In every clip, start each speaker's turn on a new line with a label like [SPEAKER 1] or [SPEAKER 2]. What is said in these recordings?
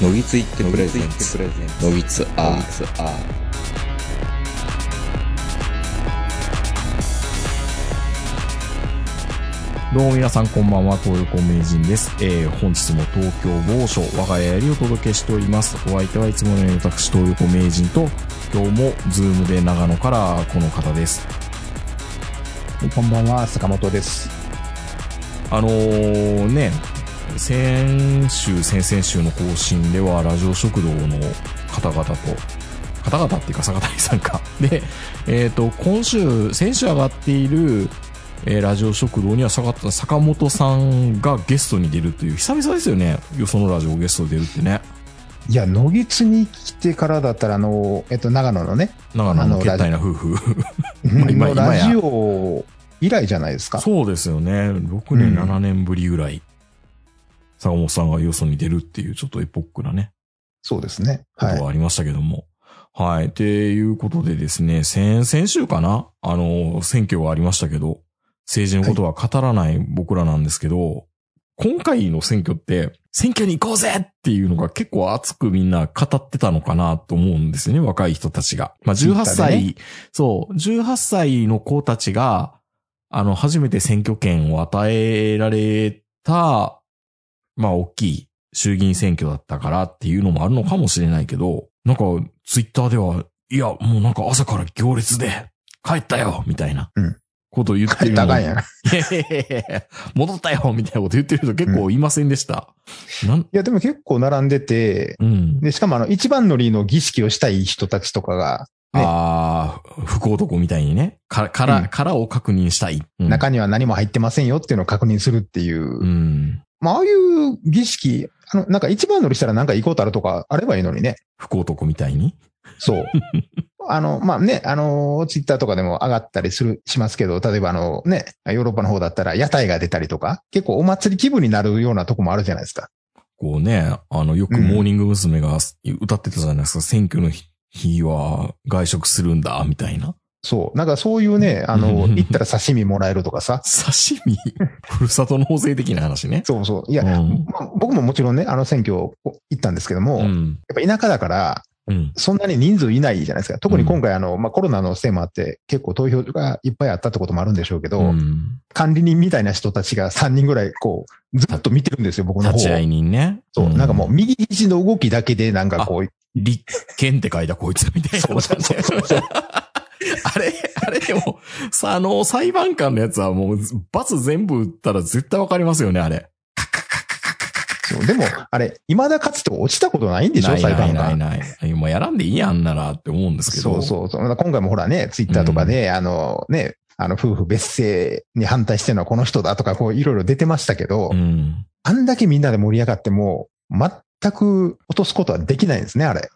[SPEAKER 1] のぎついってプレゼンツ
[SPEAKER 2] プレゼンツ
[SPEAKER 1] のぎつアー
[SPEAKER 2] ツアー
[SPEAKER 3] どうも皆さんこんばんは、東横名人です。えー、本日も東京某所、我が家よりお届けしております。お相手はいつものように私、東横名人と、今日もズームで長野からこの方です。
[SPEAKER 4] こんばんは、坂本です。
[SPEAKER 3] あのー、ね、先週、先々週の更新では、ラジオ食堂の方々と、方々っていうか、坂谷さんか。 で、えっ、と、今週、先週上がっている、えーラジオ食堂には坂田坂本さんがゲストに出るという、久々ですよね。よそのラジオゲストで出るってね。
[SPEAKER 4] いや、野木津に来てからだったら、あの、えっと、長野のね、
[SPEAKER 3] 長野
[SPEAKER 4] あ
[SPEAKER 3] の
[SPEAKER 4] の
[SPEAKER 3] けったいな夫婦。あ今
[SPEAKER 4] の
[SPEAKER 3] 今や
[SPEAKER 4] ラジオ以来じゃないですか。
[SPEAKER 3] そうですよね。6年、
[SPEAKER 4] うん
[SPEAKER 3] 7年ぶりぐらい、坂本さんがよそに出るっていう、ちょっとエポックなね。
[SPEAKER 4] そうですね。
[SPEAKER 3] こ
[SPEAKER 4] はい
[SPEAKER 3] と。はありましたけども。はい。っていうことでですね、先、先週かなあの、選挙がありましたけど、政治のことは語らない僕らなんですけど、今回の選挙って、選挙に行こうぜっていうのが結構熱くみんな語ってたのかなと思うんですよね、若い人たちが。まあ、18
[SPEAKER 4] Twitter で
[SPEAKER 3] 歳、
[SPEAKER 4] ね
[SPEAKER 3] そう、18歳の子たちが、あの、初めて選挙権を与えられた、まあ、大きい衆議院選挙だったからっていうのもあるのかもしれないけど、なんか、ツイッターでは、いや、もうなんか朝から行列で、帰ったよみたいな
[SPEAKER 4] うん、
[SPEAKER 3] ことを言って
[SPEAKER 4] 帰
[SPEAKER 3] る
[SPEAKER 4] った
[SPEAKER 3] の
[SPEAKER 4] らあ
[SPEAKER 3] が
[SPEAKER 4] かんやん。い
[SPEAKER 3] いやいやいやいや戻ったよみたいなこと言ってる人結構いませんでした。なん、
[SPEAKER 4] や、でも結構並んでて、
[SPEAKER 3] うん。
[SPEAKER 4] で、しかもあの、一番乗りの儀式をしたい人たちとかが、ね
[SPEAKER 3] ああ、福男みたいにね、か、から、
[SPEAKER 4] うん
[SPEAKER 3] からを確認したい。うん、
[SPEAKER 4] 中には何も入ってませんよっていうのを確認するっていう。
[SPEAKER 3] うん。
[SPEAKER 4] まあ、ああいう儀式、あの、なんか一番乗りしたらなんか行こうたらとかあればいいのにね。
[SPEAKER 3] 福男みたいに。
[SPEAKER 4] そう。あの、まあね、あの、ツイッターとかでも上がったりする、しますけど、例えばあのね、ヨーロッパの方だったら屋台が出たりとか、結構お祭り気分になるようなとこもあるじゃないですか。
[SPEAKER 3] こうね、あの、よく
[SPEAKER 4] うん
[SPEAKER 3] モーニング娘。が歌ってたじゃないですか、選挙の日日は外食するんだ、みたいな。
[SPEAKER 4] そう。なんかそういうね、あ の、行ったら刺身もらえるとかさ。
[SPEAKER 3] 刺身 ふるさと納税的な話ね。
[SPEAKER 4] そうそう。いや、
[SPEAKER 3] うん。
[SPEAKER 4] まあ僕ももちろんね、あの選挙行ったんですけども、
[SPEAKER 3] う
[SPEAKER 4] やっ
[SPEAKER 3] ん。
[SPEAKER 4] ぱ田舎だから、
[SPEAKER 3] うん。
[SPEAKER 4] そんなに人数いないじゃないですか。特に今回あの、まあコロナのせいもあって、結構投票がいっぱいあったってこともあるんでしょうけど、
[SPEAKER 3] うん
[SPEAKER 4] 管理人みたいな人たちが3人ぐらい、こう、ずっと見てるんですよ、僕の方を
[SPEAKER 3] 立ち会い人ね。
[SPEAKER 4] そう、なんかもう、右肘の動きだけで、なん
[SPEAKER 3] あ
[SPEAKER 4] かこう、
[SPEAKER 3] 立憲って書いたこいつみたいな。
[SPEAKER 4] そうそうそうそうそう
[SPEAKER 3] あれ、あれでも、さ、あの、裁判官のやつはもう、罰全部打ったら絶対わかりますよね、あれ。
[SPEAKER 4] そう でも、あれ、未だかつて落ちたことないんでしょ、
[SPEAKER 3] ない
[SPEAKER 4] 裁
[SPEAKER 3] ない
[SPEAKER 4] 判
[SPEAKER 3] ない
[SPEAKER 4] 官。
[SPEAKER 3] ない。今やらんでいいやんならって思うんですけど。
[SPEAKER 4] そうそうそう。まだ今回もほらね、ツイッターとかで、あのね、あの、夫婦別姓に反対してるのはこの人だとか、こう、いろいろ出てましたけど、
[SPEAKER 3] うん。
[SPEAKER 4] あんだけみんなで盛り上がっても、全く落とすことはできないんですね、あれ。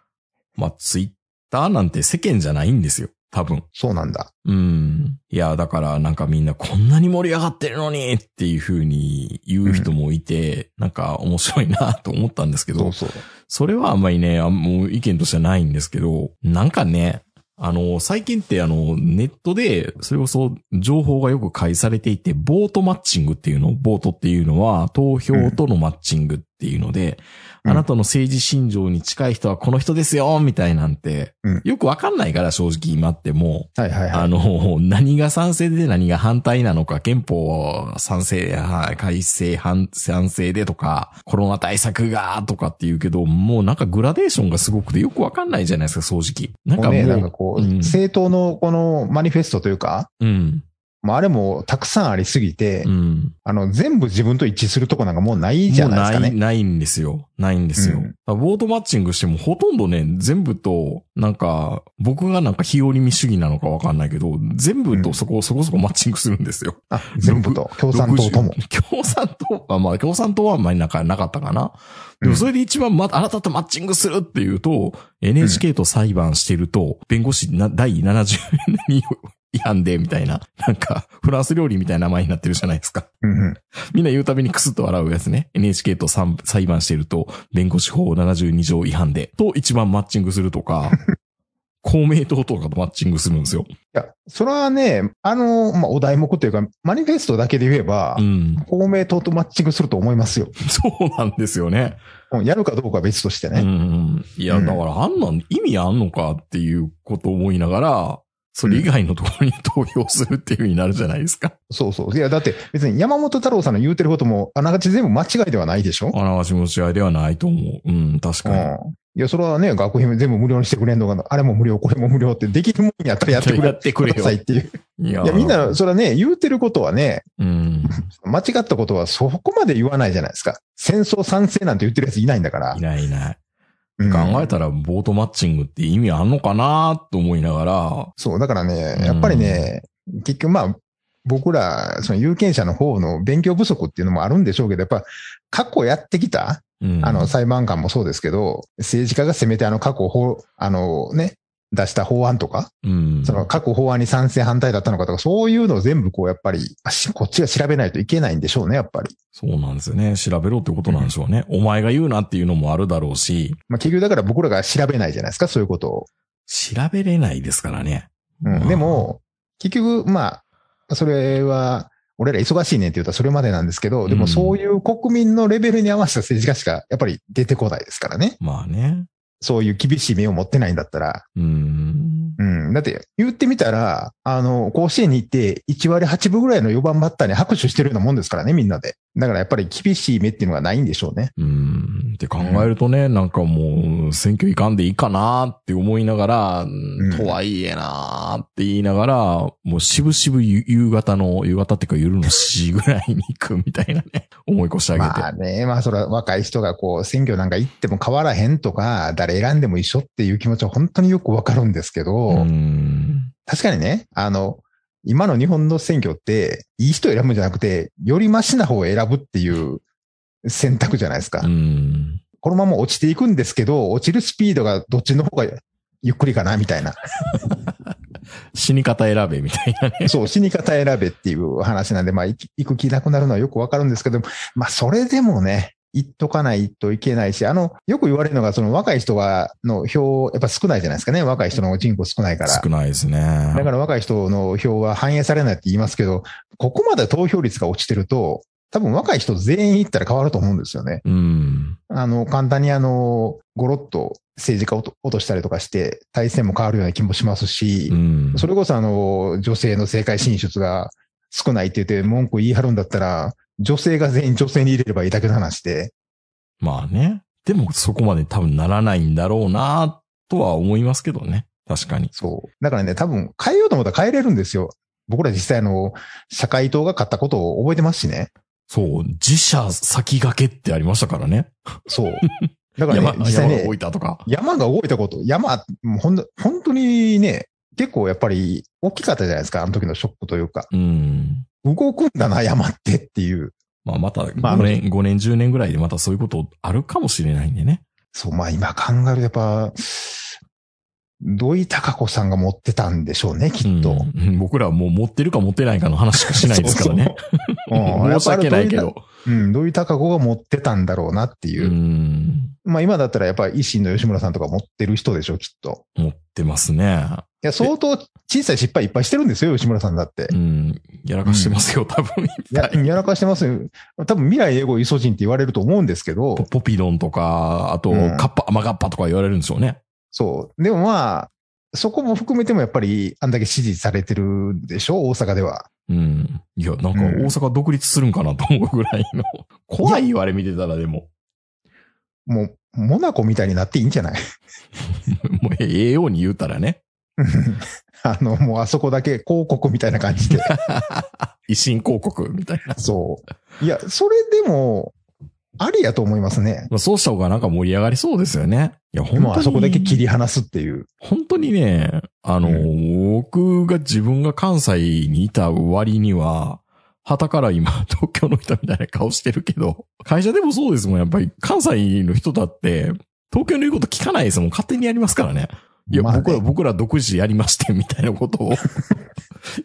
[SPEAKER 3] まあ、ツイッターなんて世間じゃないんですよ。多分。
[SPEAKER 4] そうなんだ。
[SPEAKER 3] うん。いや、だからなんかみんなこんなに盛り上がってるのにっていう風に言う人もいて、なんか面白いなと思ったんですけ
[SPEAKER 4] そ
[SPEAKER 3] ど
[SPEAKER 4] う、そう。
[SPEAKER 3] それはあんまりね、あもう意見としてはないんですけど、なんかね、あの、最近ってあの、ネットで、それこそ情報がよく開されていて、ボートマッチングっていうの、ボートっていうのは投票とのマッチングっていうので、
[SPEAKER 4] うん
[SPEAKER 3] あなたの政治信条に近い人はこの人ですよ、みたいなんて、
[SPEAKER 4] うん
[SPEAKER 3] よくわかんないから正直今ってもう、
[SPEAKER 4] はいはいは
[SPEAKER 3] あ
[SPEAKER 4] い。
[SPEAKER 3] の、何が賛成で何が反対なのか、憲法賛成、はい改正反賛成でとか、コロナ対策がとかって言うけど、もうなんかグラデーションがすごくてよくわかんないじゃないですか、正直。なん
[SPEAKER 4] も
[SPEAKER 3] か
[SPEAKER 4] うね、なん
[SPEAKER 3] も
[SPEAKER 4] か
[SPEAKER 3] う、
[SPEAKER 4] こう、
[SPEAKER 3] ん
[SPEAKER 4] 政党のこのマニフェストというか、
[SPEAKER 3] うん、
[SPEAKER 4] まあ、あれもたくさんありすぎて、
[SPEAKER 3] うん。
[SPEAKER 4] あの、全部自分と一致するとこなんかもうないじ
[SPEAKER 3] もう
[SPEAKER 4] ゃないです
[SPEAKER 3] な
[SPEAKER 4] かね
[SPEAKER 3] い、。ないんですよ。ないんですよ。
[SPEAKER 4] うん
[SPEAKER 3] だからボートマッチングしてもほとんどね、全部と、なんか、僕がなんか日和見主義なのかわかんないけど、全部とそこ、そこそこマッチングするんですよ。
[SPEAKER 4] あ、全部と、共産党と も。
[SPEAKER 3] 60。共産党は、まあ、共産党はあんまりなんかなかったかな。でも、それで一番、ま、あなたとマッチングするっていうと、NHK と裁判してると、弁護士な、第70人違反で、みたいな。なんか、フランス料理みたいな名前になってるじゃないですか。
[SPEAKER 4] うんうん
[SPEAKER 3] みんな言うたびにクスッと笑うやつね。NHK とさん裁判してると、弁護士法72条違反で、と一番マッチングするとか、 公明党とかとマッチングするんですよ。
[SPEAKER 4] や、それはね、あの、まあ、お題目というか、マニフェストだけで言えば、
[SPEAKER 3] うん。
[SPEAKER 4] 公明党とマッチングすると思いますよ。
[SPEAKER 3] そうなんですよね。
[SPEAKER 4] うんやるかどうかは別として
[SPEAKER 3] う
[SPEAKER 4] ね。
[SPEAKER 3] ん。いや、
[SPEAKER 4] うん
[SPEAKER 3] だからあんなん意味あんのかっていうことを思いながら、それ以外のところに投票するっていう風になるじゃないですか。
[SPEAKER 4] そうそう。いや、だって別に山本太郎さんの言うてることも、あながち全部間違いではないでしょ
[SPEAKER 3] あながち持ち合いではないと思う。うん、確
[SPEAKER 4] う
[SPEAKER 3] か
[SPEAKER 4] ん
[SPEAKER 3] に。。
[SPEAKER 4] いや、それはね、学費も全部無料にしてくれんのかあれも無料、これも無料って、できるもんやったらやってくれ。
[SPEAKER 3] やってくれよ
[SPEAKER 4] くださいっていう。
[SPEAKER 3] いや
[SPEAKER 4] いや、みんな、、それはね、言うてることはね、
[SPEAKER 3] うん。
[SPEAKER 4] 間違ったことはそこまで言わないじゃないですか。戦争賛成なんて言ってるやついないんだから
[SPEAKER 3] い。ないいない。
[SPEAKER 4] うん
[SPEAKER 3] 考えたら、ボートマッチングって意味あんのかなと思いながら、
[SPEAKER 4] そう、だからね
[SPEAKER 3] うん、
[SPEAKER 4] やっぱりね、結局まあ、僕ら、その有権者の方の勉強不足っていうのもあるんでしょうけど、やっぱ、過去やってきた、
[SPEAKER 3] うん。
[SPEAKER 4] あの、裁判官もそうですけど、政治家がせめてあの過去法、あのね、出した法案とか、
[SPEAKER 3] うん。
[SPEAKER 4] その各法案に賛成反対だったのかとか、そういうのを全部こう、やっぱり、あしこっちが調べないといけないんでしょうね、やっぱり。
[SPEAKER 3] そうなんですよね。調べろってことなんでしょうね。お前が言うなっていうのもあるだろうし、
[SPEAKER 4] まあ結局だから僕らが調べないじゃないですか、そういうことを。
[SPEAKER 3] 調べれないですからね。
[SPEAKER 4] うん、でも、結局、まあ、それは、俺ら忙しいねって言ったらそれまでなんですけど、で
[SPEAKER 3] う
[SPEAKER 4] も
[SPEAKER 3] ん
[SPEAKER 4] そういう国民のレベルに合わせた政治家しかやっぱり出てこないですからね。
[SPEAKER 3] まあね。
[SPEAKER 4] そういう厳しい目を持ってないんだったら。
[SPEAKER 3] うん。
[SPEAKER 4] うん。だって言ってみたら、あの、甲子園に行って1割8分ぐらいの4番バッターに拍手してるようなもんですからね、みんなで。だからやっぱり厳しい目っていうのがないんでしょうね。
[SPEAKER 3] うん。って考えるとね、なんかもう、選挙いかんでいいかなって思いながら、
[SPEAKER 4] ん
[SPEAKER 3] とはいえなーって言いながら、もう渋々ゆ夕方の、夕方っていうか夜の4ぐらいに行くみたいなね、 思い越してあげて。
[SPEAKER 4] まあね、まあそれは若い人がこう選挙なんか行っても変わらへんとか、誰選んでも一緒っていう気持ちは本当によくわかるんですけど、
[SPEAKER 3] うん。
[SPEAKER 4] 確かにね、あの、今の日本の選挙って、いい人選ぶんじゃなくて、よりマシな方を選ぶっていう選択じゃないですか。
[SPEAKER 3] うん。
[SPEAKER 4] このまま落ちていくんですけど、落ちるスピードがどっちの方がゆっくりかな、み たいな。
[SPEAKER 3] 死に方選べみたいなね。
[SPEAKER 4] そう、死に方選べっていう話なんで、まあ、行き行く気なくなるのはよくわかるんですけど、まあ、それでもね、言っとかないといけないし、あの、よく言われるのが、その若い人が、の票、やっぱ少ないじゃないですかね。若い人の人口少ないから。
[SPEAKER 3] 少ないですね。
[SPEAKER 4] だから若い人の票は反映されないって言いますけど、ここまで投票率が落ちてると、多分若い人全員行ったら変わると思うんですよね。
[SPEAKER 3] うん。
[SPEAKER 4] あの、簡単にあの、ごろっと政治家を落としたりとかして、体制も変わるような気もしますし、
[SPEAKER 3] うん。
[SPEAKER 4] それこそあの、女性の政界進出が少ないって言って文句言い張るんだったら、女性が全員女性に入れればいいだけの話で、
[SPEAKER 3] まあね。でもそこまで多分ならないんだろうな、とは思いますけどね。確かに。
[SPEAKER 4] そう。だからね、多分変えようと思ったら変えれるんですよ。僕ら実際あの、社会党が勝ったことを覚えてますしね。
[SPEAKER 3] そう。自社先駆けってありましたからね。
[SPEAKER 4] そう。だから
[SPEAKER 3] 山
[SPEAKER 4] ね、実際
[SPEAKER 3] 山が
[SPEAKER 4] ね
[SPEAKER 3] 置、いたとか。
[SPEAKER 4] 山が動いたこと、山、もうほんと本当にね、結構やっぱり大きかったじゃないですか、あの時のショックというか。
[SPEAKER 3] うん。
[SPEAKER 4] 動くんだな、山ってっていう。
[SPEAKER 3] まあまた
[SPEAKER 4] まあ
[SPEAKER 3] 5年、5年、10年ぐらいでまたそういうことあるかもしれないんでね。
[SPEAKER 4] そう、まあ今考えるとやっぱ、土井孝子さんが持ってたんでしょうね、きっと。
[SPEAKER 3] うんうん僕らはもう持ってるか持ってないかの話しかしないですからね。
[SPEAKER 4] そうそう。うん
[SPEAKER 3] 申し訳ないけ。
[SPEAKER 4] やっ
[SPEAKER 3] ど。
[SPEAKER 4] ぱり土井うん、土井孝子が持ってたんだろうなっていうう。
[SPEAKER 3] ん。
[SPEAKER 4] まあ今だったらやっぱり維新の吉村さんとか持ってる人でしょう、きっと。
[SPEAKER 3] 持ってますね。
[SPEAKER 4] いや、相当小さい失敗いっぱいしてるんですよ、吉村さんだって
[SPEAKER 3] う。ん。やらかしてますよ、多分。
[SPEAKER 4] や、やらかしてますよ。多分未来英語イソジンって言われると思うんですけど
[SPEAKER 3] ポ、ポピドンとか、あと、
[SPEAKER 4] うん
[SPEAKER 3] カッパ、甘カッパとか言われるんでしょうね。
[SPEAKER 4] そう。でもまあ、そこも含めてもやっぱりあんだけ支持されてるんでしょ大阪では。
[SPEAKER 3] うん。いや、なんか
[SPEAKER 4] うん
[SPEAKER 3] 大阪独立するんかなと思うぐらいの。怖いよ、あれ見てたらでも。
[SPEAKER 4] もう、モナコみたいになっていいんじゃない
[SPEAKER 3] もうええように言うたらね。
[SPEAKER 4] あの、もうあそこだけ広告みたいな感じ で。
[SPEAKER 3] 維新広告みたいな。
[SPEAKER 4] そう。いや、それでも、ありやと思いますね。
[SPEAKER 3] まあ、そうした方がなんか盛り上がりそうですよね。いや、本当
[SPEAKER 4] もう
[SPEAKER 3] に。
[SPEAKER 4] あそこだけ切り離すっていう。
[SPEAKER 3] 本当にね、あの、
[SPEAKER 4] う
[SPEAKER 3] 僕が自分が関西にいた割には、旗から今、 東京の人みたいな顔してるけど、会社でもそうですもん、やっぱり関西の人だって、東京の言うこと聞かないですもん、勝手にやりますからね。いや、
[SPEAKER 4] まあね
[SPEAKER 3] 僕ら、僕ら独自やりまして、みたいなこと を。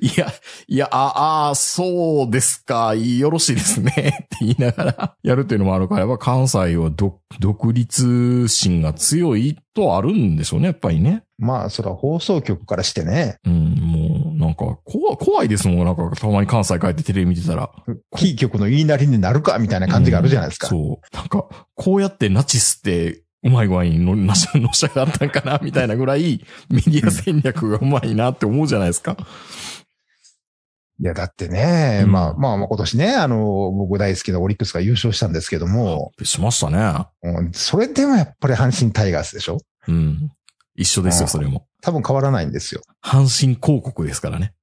[SPEAKER 3] いや、いや、ああ、そうですか、よろしいですね、って言いながらやるっていうのもあるから、やっぱ関西は独独立心が強いとあるんでしょうね、やっぱりね。
[SPEAKER 4] まあ、それは放送局からしてね、
[SPEAKER 3] うん、もう、なんか、怖、怖いですもん。なんか、たまに関西帰ってテレビ見てたら。
[SPEAKER 4] キー局の言いなりになるかみたいな感じがあるじゃないですか。
[SPEAKER 3] うんそう。なんか、こうやってナチスって、うまい具合にの、 なし、のし上がったんかな、みたいなぐらい、メディア戦略がうまいなって思うじゃないですか。
[SPEAKER 4] いや、だってね、
[SPEAKER 3] うん
[SPEAKER 4] まあまあまあ今年ね、あの、僕大好きなオリックスが優勝したんですけども、
[SPEAKER 3] しましたね。
[SPEAKER 4] うんそれでもやっぱり阪神タイガースでしょ
[SPEAKER 3] うん。一緒です
[SPEAKER 4] う
[SPEAKER 3] よ、
[SPEAKER 4] ん
[SPEAKER 3] それも。
[SPEAKER 4] 多分変わらないんですよ。
[SPEAKER 3] 阪神広告ですからね。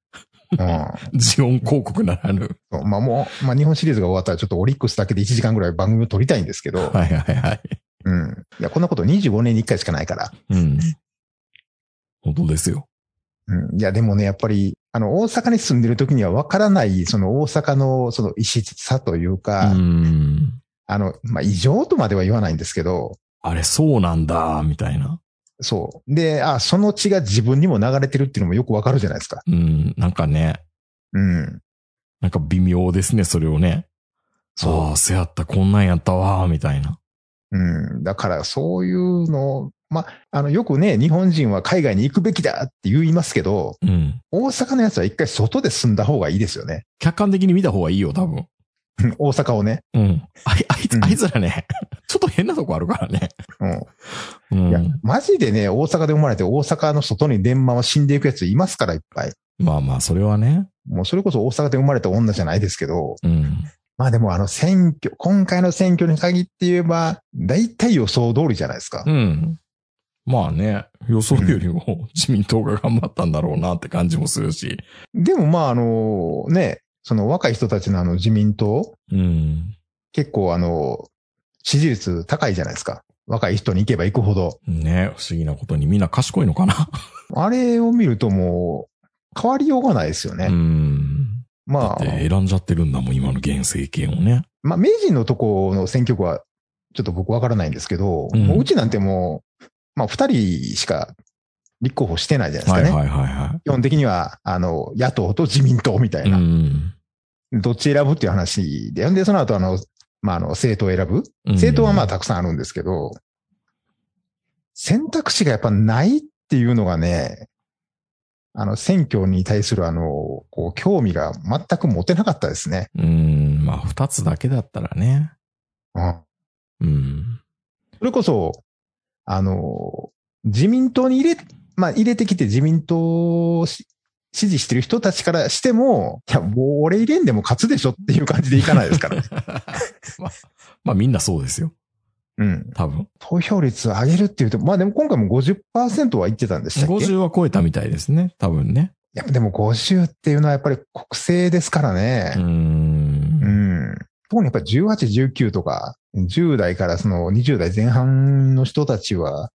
[SPEAKER 4] うん。
[SPEAKER 3] ジオン広告ならぬ。
[SPEAKER 4] そうまあもう、まあ日本シリーズが終わったらちょっとオリックスだけで1時間ぐらい番組を撮りたいんですけど、
[SPEAKER 3] はいはいはい。
[SPEAKER 4] うん。いや、こんなこと25年に1回しかないから。
[SPEAKER 3] うん。本当ですよ。
[SPEAKER 4] うん。いや、でもね、やっぱり、あの、大阪に住んでる時にはわからない、その大阪のその異質さというか、
[SPEAKER 3] うん。
[SPEAKER 4] あの、まあ異常とまでは言わないんですけど、
[SPEAKER 3] あれ、そうなんだ、みたいな。
[SPEAKER 4] そう。で、あ、その血が自分にも流れてるっていうのもよくわかるじゃないですか。
[SPEAKER 3] うん。なんかね、
[SPEAKER 4] うん。
[SPEAKER 3] なんか微妙ですね、それをね。あ
[SPEAKER 4] そ
[SPEAKER 3] あ、せやった、こんなんやったわ、みたいな。
[SPEAKER 4] う。うん。だから、そういうの、まあ、あの、よくね、日本人は海外に行くべきだって言いますけど、
[SPEAKER 3] うん。
[SPEAKER 4] 大阪のやつは一回外で住んだ方がいいですよね。
[SPEAKER 3] 客観的に見た方がいいよ、多分。
[SPEAKER 4] うん大阪をね。
[SPEAKER 3] うん。あい、あいつ
[SPEAKER 4] う、ん
[SPEAKER 3] あいつらね、 ちょっと変なとこあるからね。う
[SPEAKER 4] う。
[SPEAKER 3] ん
[SPEAKER 4] いや
[SPEAKER 3] ん。、
[SPEAKER 4] マジでね、大阪で生まれて大阪の外に電話は死んでいくやついますから、いっぱい。
[SPEAKER 3] まあまあ、それはね。
[SPEAKER 4] もうそれこそ大阪で生まれた女じゃないですけど、
[SPEAKER 3] うん。
[SPEAKER 4] まあでもあの選挙、今回の選挙に限って言えば、大体予想通りじゃないですか。
[SPEAKER 3] うん。まあね、予想よりも自民党が頑張ったんだろうなって感じもするし。
[SPEAKER 4] でもまああの、ね、その若い人たちのあの自民党、
[SPEAKER 3] うん。
[SPEAKER 4] 結構あの、支持率高いじゃないですか。若い人に行けば行くほど。
[SPEAKER 3] ね、不思議なことにみんな賢いのかな。
[SPEAKER 4] あれを見るともう、変わりようがないですよね。
[SPEAKER 3] うん。だ
[SPEAKER 4] ま
[SPEAKER 3] っ
[SPEAKER 4] あ、
[SPEAKER 3] て選んじゃってるんだもん、今の現政権をね。
[SPEAKER 4] まあ、名人のとこの選挙区は、ちょっと僕わからないんですけど、
[SPEAKER 3] うん
[SPEAKER 4] もううちなんてもう、まあ、二人しか立候補してないじゃないです
[SPEAKER 3] は
[SPEAKER 4] か
[SPEAKER 3] い
[SPEAKER 4] ね。
[SPEAKER 3] はいはいは
[SPEAKER 4] 基本的には、あの、野党と自民党みた
[SPEAKER 3] い。
[SPEAKER 4] いうな。
[SPEAKER 3] ん。
[SPEAKER 4] どっち選ぶっていう話で、で、その後あの、まあ、あの、政党を選ぶ。政党はまあ、たくさんあるんですけど、選択肢がやっぱないっていうのがね、あの、選挙に対するあの、こう、興味が全く持てなかったですね。
[SPEAKER 3] うん、まあ、二つだけだったらね。
[SPEAKER 4] うん。
[SPEAKER 3] う ん。
[SPEAKER 4] それこそ、あの、自民党に入れ、まあ、入れてきて自民党をし支持してる人たちからしても、いや、もう俺入れんでも勝つでしょっていう感じでいかないですから、ね。
[SPEAKER 3] まあ、まあみんなそうですよ。
[SPEAKER 4] うん。
[SPEAKER 3] 多分。
[SPEAKER 4] 投票率上げるっていうと、まあでも今回も50%は言ってたんでしたっけ
[SPEAKER 3] 50は超えたみたいですね。多分ね。
[SPEAKER 4] やっぱでも50っていうのはやっぱり国政ですから
[SPEAKER 3] うー。
[SPEAKER 4] ね。うんん。特にやっぱり18、19とか、10代からその20代前半の人たちは、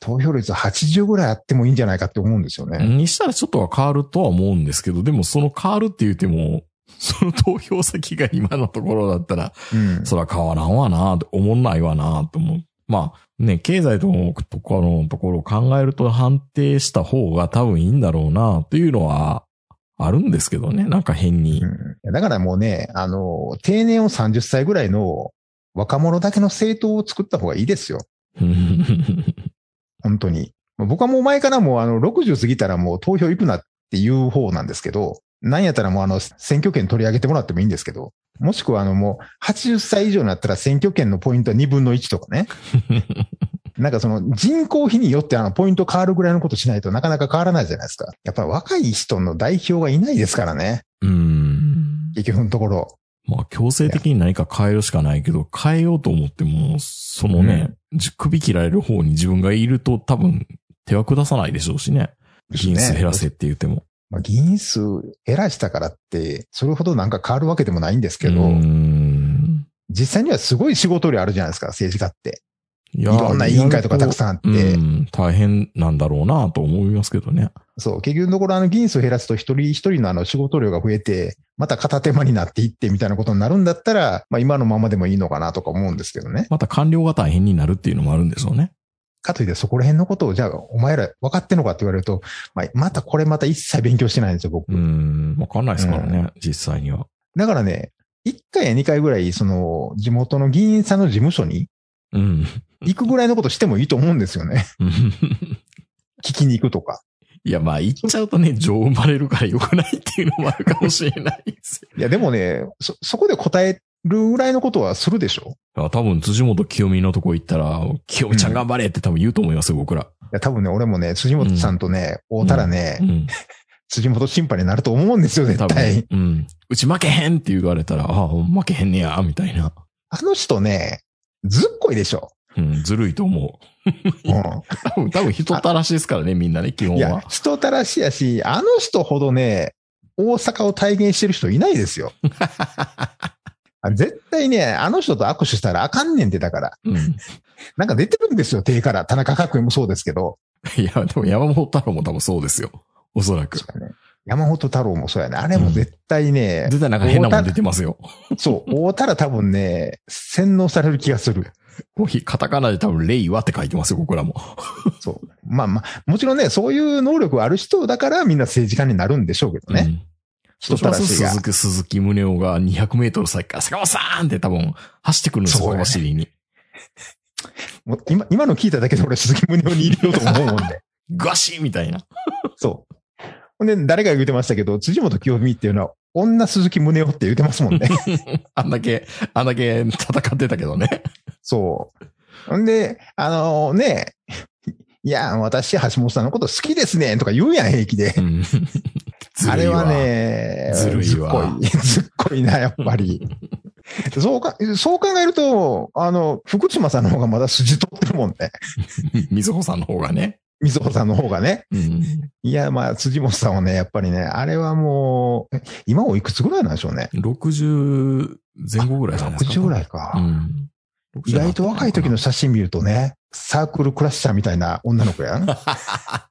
[SPEAKER 4] 投票率80ぐらいあってもいいんじゃないかって思うんですよね。
[SPEAKER 3] にしたらちょっとは変わるとは思うんですけど、でもその変わるって言っても、 その投票先が今のところだったら、
[SPEAKER 4] うん。
[SPEAKER 3] そら変わらんわな、思んないわな、と思う。まあね、経済とかのところを考えると判定した方が多分いいんだろうな、っていうのはあるんですけどね。なんか変に。
[SPEAKER 4] うんだからもうね、あの、定年を30歳ぐらいの若者だけの政党を作った方がいいですよ。 本当に。まあ僕はもう前からもうあの、60過ぎたらもう投票行くなっていう方なんですけど、なんやったらもうあの、選挙権取り上げてもらってもいいんですけど、もしくはあのもう80歳以上になったら選挙権のポイントは2分の1とかね。なんかその人口比によってあのポイント変わるぐらいのことしないとなかなか変わらないじゃないですか。やっぱり若い人の代表がいないですからね。
[SPEAKER 3] うん。
[SPEAKER 4] 結局のところ。
[SPEAKER 3] まあ強制的に何か変えるしかないけど、変えようと思っても、そのね、じ首切られる方に自分がいると多分手は下さないでしょうしね。議員数減らせって言っても。
[SPEAKER 4] まあ、議員数減らしたからって、それほどなんか変わるわけでもないんですけど、
[SPEAKER 3] うーん
[SPEAKER 4] 実際にはすごい仕事量あるじゃないですか、政治家って。
[SPEAKER 3] い
[SPEAKER 4] い
[SPEAKER 3] や
[SPEAKER 4] ろんな委員会とかたく
[SPEAKER 3] ん
[SPEAKER 4] さんあっ
[SPEAKER 3] う
[SPEAKER 4] て、
[SPEAKER 3] ん、大変なんだろうなと思いますけどね。
[SPEAKER 4] そう、結局のところあの議員数減らすと一人一人のあの仕事量が増えて、また片手間になっていってみたいなことになるんだったら、まあ今のままでもいいのかなとか思うんですけどね。
[SPEAKER 3] また官僚が大変になるっていうのもあるんでしょうね。
[SPEAKER 4] かといってそこら辺のことを、じゃあお前ら分かってんのかって言われると、まあまたこれまた一切勉強してないんですよ、僕。
[SPEAKER 3] うん、わかんないですからね、実際には。
[SPEAKER 4] だからね、一回や二回ぐらい、その地元の議員さんの事務所に
[SPEAKER 3] うん。
[SPEAKER 4] 行くぐらいのことしてもいいと思うんですよね。聞きに行くとか。
[SPEAKER 3] いや、まあ、言っちゃうとね、情生まれるから良くないっていうのもあるかもしれないですよ。
[SPEAKER 4] いや、でもね、そ、そこで答えるぐらいのことはするでしょ
[SPEAKER 3] いや多分、辻元清美のとこ行ったら、清美ちゃん頑張れって多分言うと思いますよ、僕ら。
[SPEAKER 4] いや、多分ね、俺もね、辻元さんとね、会うたらね、
[SPEAKER 3] うん。
[SPEAKER 4] 辻元審判になると思うんですよ、絶
[SPEAKER 3] 多
[SPEAKER 4] 対
[SPEAKER 3] 分。。うん。うち負けへんって言われたら、ああ、負けへんねや、みたいな。
[SPEAKER 4] あの人ね、ずっこいでしょ。
[SPEAKER 3] うん、ずるいと思う。
[SPEAKER 4] う
[SPEAKER 3] 多分、多分人たらしですからね、みんなね、基
[SPEAKER 4] ん。
[SPEAKER 3] 本
[SPEAKER 4] いや
[SPEAKER 3] は、。
[SPEAKER 4] 人たらしやし、あの人ほどね、大阪を体現してる人いないで すよ。あ絶対ね、あの人と握手したらあかんねんって、だから。
[SPEAKER 3] うん。
[SPEAKER 4] なんか出てるんですよ、手から。田中角栄もそうですけど。
[SPEAKER 3] いや、でも山本太郎も多分そうですよ。おそらく。
[SPEAKER 4] 確かね山本太郎もそうやね。あれも絶対ね、
[SPEAKER 3] 出たらなんか変なもん出てますよ。
[SPEAKER 4] そう、会うたら多分ね、洗脳される気がする。
[SPEAKER 3] コーヒー、カタカナで多分、レイはって書いてますよ、僕らも。
[SPEAKER 4] そう。まあまあ、もちろんね、そういう能力ある人だからみんな政治家になるんでしょうけどね。
[SPEAKER 3] うん。
[SPEAKER 4] 人
[SPEAKER 3] そ
[SPEAKER 4] た
[SPEAKER 3] う
[SPEAKER 4] ら
[SPEAKER 3] そう
[SPEAKER 4] しが
[SPEAKER 3] 鈴。木、鈴木宗男が200メートル先から、坂本さんって多分、走ってくるんです
[SPEAKER 4] そう
[SPEAKER 3] よ、
[SPEAKER 4] ね
[SPEAKER 3] お尻に。
[SPEAKER 4] もう今今の聞いただけで俺鈴木宗男に入れようと思うもん で。
[SPEAKER 3] ガシーみたいな。
[SPEAKER 4] そう。ほんで、誰かが言ってましたけど、辻元清美っていうのは、女鈴木宗男って言ってます もんね。
[SPEAKER 3] あんだけ、あんだけ戦ってたけどね。
[SPEAKER 4] そう。ほんで、あのね、いや、私、橋本さんのこと好きですね、とか言うやん、平気で。
[SPEAKER 3] うん。
[SPEAKER 4] あれはね、
[SPEAKER 3] ずるいわ
[SPEAKER 4] ずっこい、 ずっこいな、やっ ぱり。そうか、そう考えると、あの、福島さんの方がまだ筋取ってるもんね。
[SPEAKER 3] ずるいわ、みずほさんの方がね。
[SPEAKER 4] 水穂さんの方がね。
[SPEAKER 3] うん。
[SPEAKER 4] いや、まあ、辻本さんはね、やっぱりね、あれはもう、え今おいくつぐらいなんでしょうね。
[SPEAKER 3] 60前後ぐらいじゃないですか。
[SPEAKER 4] 60ぐら
[SPEAKER 3] い。
[SPEAKER 4] いか。
[SPEAKER 3] うん。
[SPEAKER 4] 意外と若い時の写真見るとね、サークルクラッシャーみたいな女の 子やん。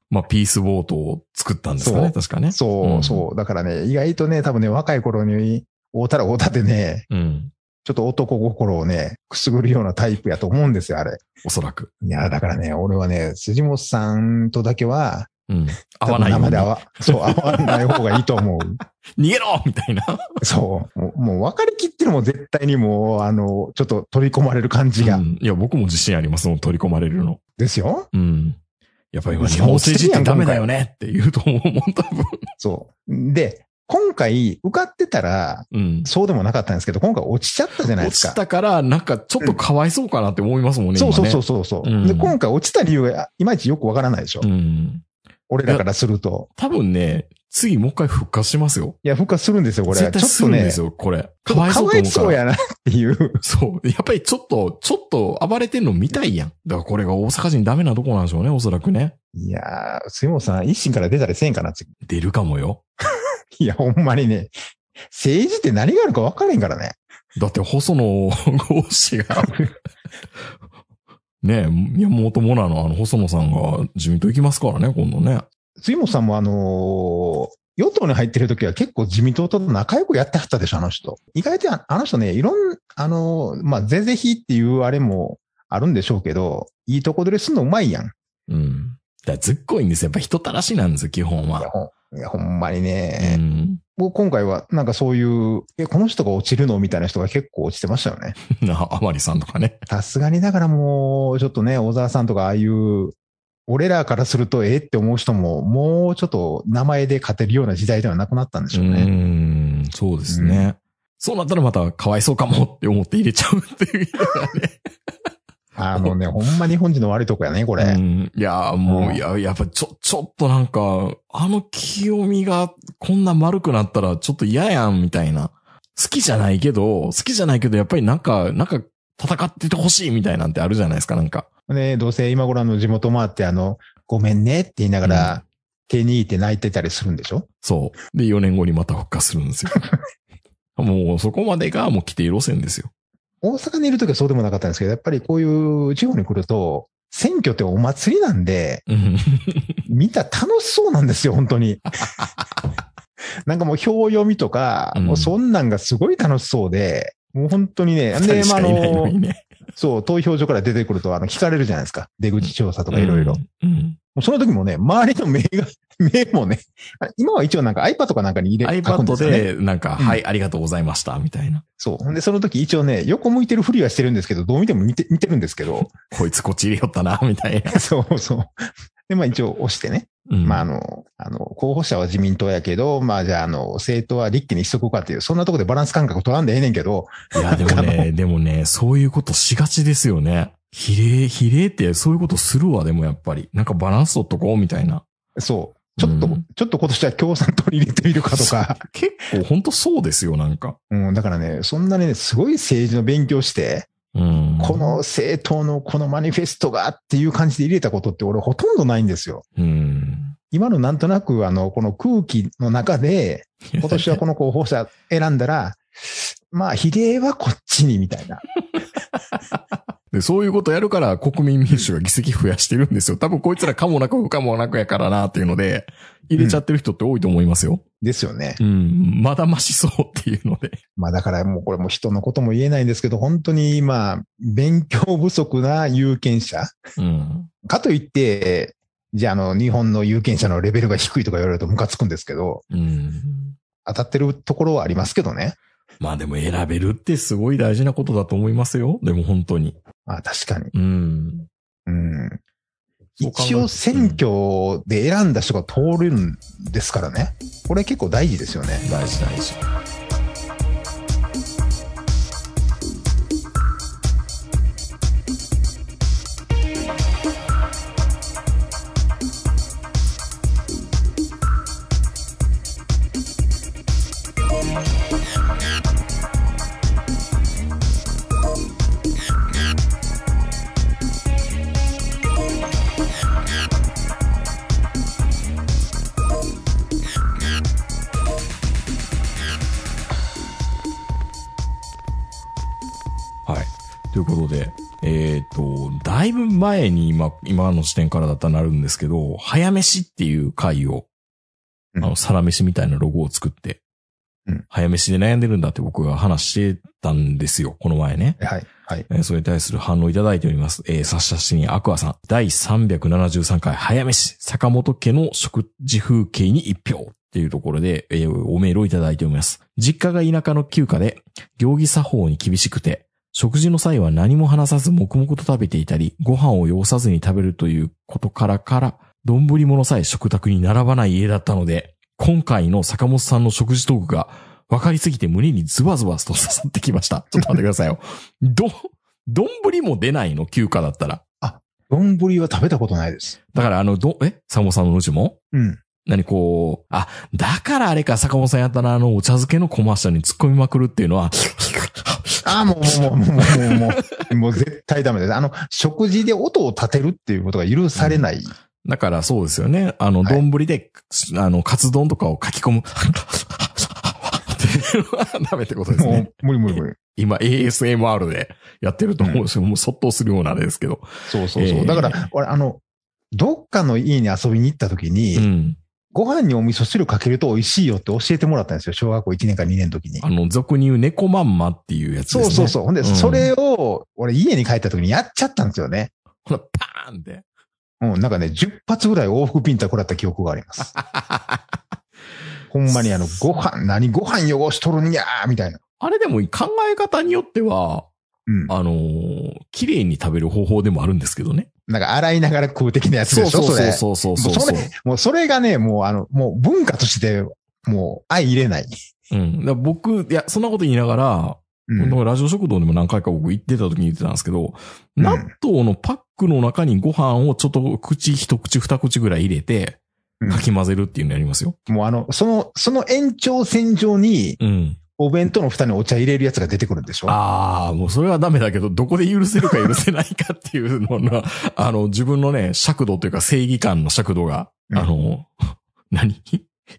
[SPEAKER 3] まあ、ピースボートを作ったんですか
[SPEAKER 4] そ
[SPEAKER 3] ね、
[SPEAKER 4] う
[SPEAKER 3] 確かね。
[SPEAKER 4] そうう、
[SPEAKER 3] ん
[SPEAKER 4] そう。だからね、意外とね、多分ね、若い頃に、会うたら会うたでね、
[SPEAKER 3] うん。
[SPEAKER 4] ちょっと男心をね、くすぐるようなタイプやと思うんですよ、あれ。
[SPEAKER 3] おそらく。
[SPEAKER 4] いや、だからね、俺はね、辻本さんとだけは、
[SPEAKER 3] うん。合わないよう
[SPEAKER 4] 生
[SPEAKER 3] に。
[SPEAKER 4] で合
[SPEAKER 3] 逃
[SPEAKER 4] わ、そう、合わない方がいいと思う。
[SPEAKER 3] げろみたいな。
[SPEAKER 4] そう。もう、もう分かりきってるもん、絶対にもう、あの、ちょっと取り込まれる感じが。
[SPEAKER 3] うんいや、僕も自信ありますもん、取り込まれるの。
[SPEAKER 4] ですよ。
[SPEAKER 3] うん。やっぱり今日本政治ってダメだよねって言うと思うもん、多分。
[SPEAKER 4] そう。で、今回、受かってたら、
[SPEAKER 3] うん。
[SPEAKER 4] そうでもなかったんですけど、今回落ちちゃったじゃない
[SPEAKER 3] 落
[SPEAKER 4] です
[SPEAKER 3] ち
[SPEAKER 4] か。
[SPEAKER 3] たから、なんかちょっとかわいそうかなって思いますもんね、
[SPEAKER 4] そうそう
[SPEAKER 3] 今
[SPEAKER 4] そ
[SPEAKER 3] ね
[SPEAKER 4] うそうそう、
[SPEAKER 3] うん
[SPEAKER 4] で、今回落ちた理由がいまいちよくわからないでしょ、
[SPEAKER 3] うん。
[SPEAKER 4] 俺らからすると。
[SPEAKER 3] 多分ね、次もう一回復活しますよ。
[SPEAKER 4] いや、復活するんですよ、これ。
[SPEAKER 3] 絶対
[SPEAKER 4] ち
[SPEAKER 3] す
[SPEAKER 4] ょっ
[SPEAKER 3] る
[SPEAKER 4] と
[SPEAKER 3] ん
[SPEAKER 4] ね
[SPEAKER 3] です、よ、これ。
[SPEAKER 4] か
[SPEAKER 3] か
[SPEAKER 4] わ
[SPEAKER 3] わいそうと思
[SPEAKER 4] いう
[SPEAKER 3] か
[SPEAKER 4] そう
[SPEAKER 3] ら。
[SPEAKER 4] やなっていう。
[SPEAKER 3] そう。やっぱりちょっと、ちょっと暴れてんの見たいやん。だからこれが大阪人ダメなとこなんでしょうね、おそらくね。
[SPEAKER 4] いやー、杉本さん、一心から出たりせんかな、次。
[SPEAKER 3] 出るかもよ。
[SPEAKER 4] いや、ほんまにね、政治って何があるか分からへんからね。
[SPEAKER 3] だって細野 豪志が、ねえ、宮本モナのあの細野さんが自民党行きますからね、今度ね。
[SPEAKER 4] 杉本さんもあのー与党に入ってる時は結構自民党と仲良くやってはったでしょ、あの人。意外とああの人ね、いろん、あのーまあ、ぜぜひっていうあれもあるんでしょうけど、いいとこ取りすんのうまいやん。い
[SPEAKER 3] うん。だからずっこいんですよ。やっぱ人たらしなんですよ、基本
[SPEAKER 4] や、
[SPEAKER 3] は。
[SPEAKER 4] ほんいやほんまに
[SPEAKER 3] う
[SPEAKER 4] ね、
[SPEAKER 3] ん。
[SPEAKER 4] 僕今回はなんかそういう、え、この人が落ちるのみたいな人が結構落ちてましたよね。
[SPEAKER 3] な、あまりさんとかね。
[SPEAKER 4] さすがにだからもう、ちょっとね、小沢さんとかああいう、俺らからするとええって思う人も、もうちょっと名前で勝てるような時代ではなくなったんでしょうね。
[SPEAKER 3] ん、そうですね。そうなったらまたかわいそうかもって思って入れちゃうっていう。
[SPEAKER 4] あのね、ほんま日本人の悪いとこやね、これ。
[SPEAKER 3] うん、いや、も
[SPEAKER 4] う
[SPEAKER 3] う、
[SPEAKER 4] ん
[SPEAKER 3] いや、やっぱちょ、ちょっとなんか、あの清みがこんな丸くなったらちょっと嫌やんみたいな。好きじゃないけど、好きじゃないけど、やっぱりなんか、なんか戦っててほしいみたいなんてあるじゃないですか、なんか。
[SPEAKER 4] ね、どうせ今頃あの地元回って、あの、ごめんねって言いながら、手にいて泣いてたりするんでしょ
[SPEAKER 3] そう。で、4年後にまた復活するん ですよ。もう、そこまでがもう規定路線ですよ。
[SPEAKER 4] 大阪にいるときはそうでもなかったんですけど、やっぱりこういう地方に来ると、選挙ってお祭りなんで、
[SPEAKER 3] うん
[SPEAKER 4] 見た楽しそうなんですよ、本 当に。なんかもう票読みとか、
[SPEAKER 3] うん
[SPEAKER 4] もうそんなんがすごい楽しそうで、もう本当にね、
[SPEAKER 3] 二人
[SPEAKER 4] で、
[SPEAKER 3] し
[SPEAKER 4] まあ、
[SPEAKER 3] か
[SPEAKER 4] あ
[SPEAKER 3] いないの
[SPEAKER 4] の
[SPEAKER 3] に、ね。
[SPEAKER 4] そう、投票所から出てくると、あの、聞かれるじゃないですか。出口調査とかいろいろ。
[SPEAKER 3] うん。うん。
[SPEAKER 4] もうその時もね、周りの目が、 目もね、あ今は一応なんか iPad かなんかに入れ書くん
[SPEAKER 3] iPad
[SPEAKER 4] すよね。
[SPEAKER 3] で、なんか、
[SPEAKER 4] うん
[SPEAKER 3] はい、ありがとうございました、みたいな。
[SPEAKER 4] そう。ほんで、その時一応ね、横向いてるふり はしてるんですけど、どう見ても見て見てるんですけど、
[SPEAKER 3] こいつこっち入れよったな、みたいな。
[SPEAKER 4] そうそう。で、まあ一応押してね。
[SPEAKER 3] うん
[SPEAKER 4] まああの、あの、候補者は自民党やけど、まあじゃああの、政党は立憲にしとこうかっていう、そんなとこでバランス感覚取らんでええねんけど、
[SPEAKER 3] いや、でも
[SPEAKER 4] なんかあ
[SPEAKER 3] ね、でもね、そういうことしがちですよね。比例、比例ってそういうことするわ、でもやっぱり。なんかバランス取っとこう、みたいな。
[SPEAKER 4] そう。ちょっと、
[SPEAKER 3] うん
[SPEAKER 4] ちょっと今年は共産党に入れてみるかとか。
[SPEAKER 3] 結構ほんとそうですよ、なんか。
[SPEAKER 4] うん、だからね、そんなにね、すごい政治の勉強して、
[SPEAKER 3] うん。
[SPEAKER 4] この政党のこのマニフェストがっていう感じで入れたことって俺ほとんどないんですよ。
[SPEAKER 3] うん。
[SPEAKER 4] 今のなんとなくあの、この空気の中で、今年はこの候補者選んだら、まあ比例はこっちにみたいな。
[SPEAKER 3] でそういうことやるから国民民主が議席増やしてるんですよ。多分こいつらかもなく不可もなくやからなっていうので、入れちゃってる人って多いと思いますよ。
[SPEAKER 4] ですよね。
[SPEAKER 3] うん。まだましそうっていうので。
[SPEAKER 4] まあだからもうこれも人のことも言えないんですけど、本当にまあ勉強不足な有権者。
[SPEAKER 3] うん。
[SPEAKER 4] かといって、じゃああの日本の有権者のレベルが低いとか言われるとムカつくんですけど、
[SPEAKER 3] うん。
[SPEAKER 4] 当たってるところはありますけどね。
[SPEAKER 3] まあでも選べるってすごい大事なことだと思いますよ。でも本当に。
[SPEAKER 4] まあ確かに。
[SPEAKER 3] うん。
[SPEAKER 4] うん。
[SPEAKER 3] そう考え
[SPEAKER 4] 一応選挙で選んだ人が通るんですからね。これ結構大事ですよね。
[SPEAKER 3] 大事大事。はい。ということで、えっ、と、だいぶ前に今、今の視点からだったらなるんですけど、早飯っていう回を、あ
[SPEAKER 4] う
[SPEAKER 3] の、
[SPEAKER 4] ん
[SPEAKER 3] 皿飯みたいなロゴを作って、
[SPEAKER 4] うん
[SPEAKER 3] 早飯で悩んでるんだって僕が話してたんですよ、この前ね。
[SPEAKER 4] はい。はい。
[SPEAKER 3] えーそれに対する反応いただいております。えー、サッシャシニアクアさん、第373回早飯、坂本家の食事風景に一票っていうところで、えーおメールをいただいております。実家が田舎の旧家で、行儀作法に厳しくて、食事の際は何も話さず黙々と食べていたり、ご飯を要さずに食べるということからから、丼物さえ食卓に並ばない家だったので、今回の坂本さんの食事トークが分かりすぎて胸にズバズバと刺さってきました。ちょっと待ってくださいよ。ど、丼も出ないの休暇だったら。
[SPEAKER 4] 丼は食べたことないです。
[SPEAKER 3] だからあの、ど、え坂本さんのうちも
[SPEAKER 4] うん。
[SPEAKER 3] 何こう、あ、だからあれか、坂本さんやったな、あの、お茶漬けのコマーシャルに突っ込みまくるっていうのは、
[SPEAKER 4] ああ、もう、もう、もう、もう、もう、もう絶対ダメです。あの、食事で音を立てるっていうことが許されない。
[SPEAKER 3] だからそうですよね。あの、
[SPEAKER 4] はい
[SPEAKER 3] 丼で、あの、カツ丼とかを書き込む。っていうのはダメってことです
[SPEAKER 4] も
[SPEAKER 3] ね。
[SPEAKER 4] う、無理無理無理。
[SPEAKER 3] 今 ASMR でやってると思うんですよ。もうそっとするようなあれですけど。
[SPEAKER 4] そうそうそう。
[SPEAKER 3] ええ
[SPEAKER 4] だから、俺、あの、どっかの家に遊びに行った時に、
[SPEAKER 3] うん。
[SPEAKER 4] ご飯にお味噌汁かけると美味しいよって教えてもらったんですよ。小学校1年か2年の時に。
[SPEAKER 3] あの、俗に言う猫まんまっていうやつですね。
[SPEAKER 4] そうそうそう。ほんで、
[SPEAKER 3] うん
[SPEAKER 4] それを、俺家に帰った時にやっちゃったんですよね。
[SPEAKER 3] ほら、パーンって。
[SPEAKER 4] うん、なんかね、10発ぐらい往復ピンタ食らった記憶があり ます。ほんまにあの、ご飯、何ご飯汚しとるんやーみたいな。
[SPEAKER 3] あれでも考え方によっては、
[SPEAKER 4] うん。
[SPEAKER 3] あのー綺麗に食べる方法でもあるんですけどね。
[SPEAKER 4] なんか洗いながら食う的なやつ
[SPEAKER 3] そ
[SPEAKER 4] で
[SPEAKER 3] う
[SPEAKER 4] しょ
[SPEAKER 3] そう
[SPEAKER 4] そ
[SPEAKER 3] そう
[SPEAKER 4] れ。
[SPEAKER 3] そうそうそう
[SPEAKER 4] それ、もうそれがね、もうあの、もう文化として、もう相入れない。
[SPEAKER 3] うん。だから僕、いや、そんなこと言いながら、
[SPEAKER 4] うん
[SPEAKER 3] このラジオ食堂でも何回か僕行ってた時に言ってたんですけど、
[SPEAKER 4] うん
[SPEAKER 3] 納豆のパックの中にご飯をちょっと口一口二口ぐらい入れて、
[SPEAKER 4] うん
[SPEAKER 3] かき混ぜるっていうのやりますよ。
[SPEAKER 4] もうあの、その、その延長線上に、
[SPEAKER 3] うん。
[SPEAKER 4] お弁当の蓋にお茶入れるやつが出てくるんでしょ
[SPEAKER 3] ああ、もうそれはダメだけど、どこで許せるか許せないかっていうのの、あの、自分のね、尺度というか正義感の尺度が、
[SPEAKER 4] うん
[SPEAKER 3] あの、 何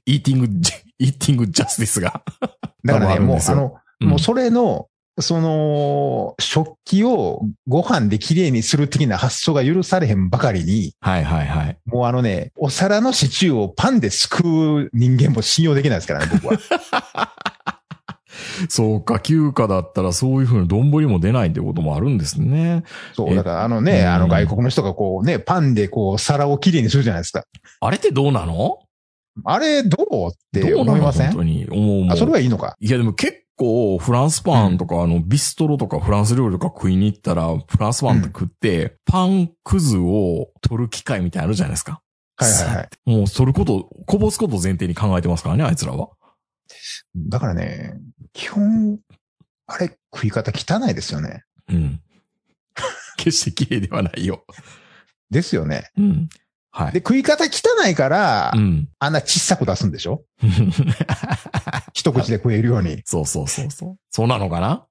[SPEAKER 3] イーティングジ、イーティングジャスティス が。
[SPEAKER 4] だから
[SPEAKER 3] 多
[SPEAKER 4] ね、
[SPEAKER 3] 分あるん
[SPEAKER 4] もう
[SPEAKER 3] です
[SPEAKER 4] あ
[SPEAKER 3] よ
[SPEAKER 4] の、もうそれの、その、食器をご飯で綺麗にする的な発想が許されへんばかりに、
[SPEAKER 3] はいはいはい。
[SPEAKER 4] もうあのね、お皿のシチューをパンですくう人間も信用できないですからね、 僕は。
[SPEAKER 3] そうか、休暇だったらそういうふうに丼も出ないってこともあるんですね。
[SPEAKER 4] そう、だからあの
[SPEAKER 3] え
[SPEAKER 4] ね、
[SPEAKER 3] うん
[SPEAKER 4] あの外国の人がこうね、パンでこう皿を綺麗にするじゃないですか。
[SPEAKER 3] あれってどうなの
[SPEAKER 4] あれ、どうって
[SPEAKER 3] どうな
[SPEAKER 4] 思い
[SPEAKER 3] の
[SPEAKER 4] ませ
[SPEAKER 3] 本
[SPEAKER 4] ん
[SPEAKER 3] 当に思う思う
[SPEAKER 4] あ、それはいいのか。
[SPEAKER 3] いやでも結構フランスパンとか、あのビストロとかフランス料理とか食いに行ったらフランスパンと食って、パンくずを取る機会みたいなのあるじゃないですか。
[SPEAKER 4] はいはいはい。
[SPEAKER 3] もう、それこと、こぼすことを前提に考えてますからね、あいつらは。
[SPEAKER 4] だからね、基本、あれ、食い方汚いですよね。
[SPEAKER 3] うん。 決して綺麗ではないよ。
[SPEAKER 4] ですよね。
[SPEAKER 3] うん。はい。
[SPEAKER 4] で、食い方汚いから、
[SPEAKER 3] うん。
[SPEAKER 4] あんな小さく出すんでしょ一口で食えるように。
[SPEAKER 3] そうそうそうそう。そうなのかな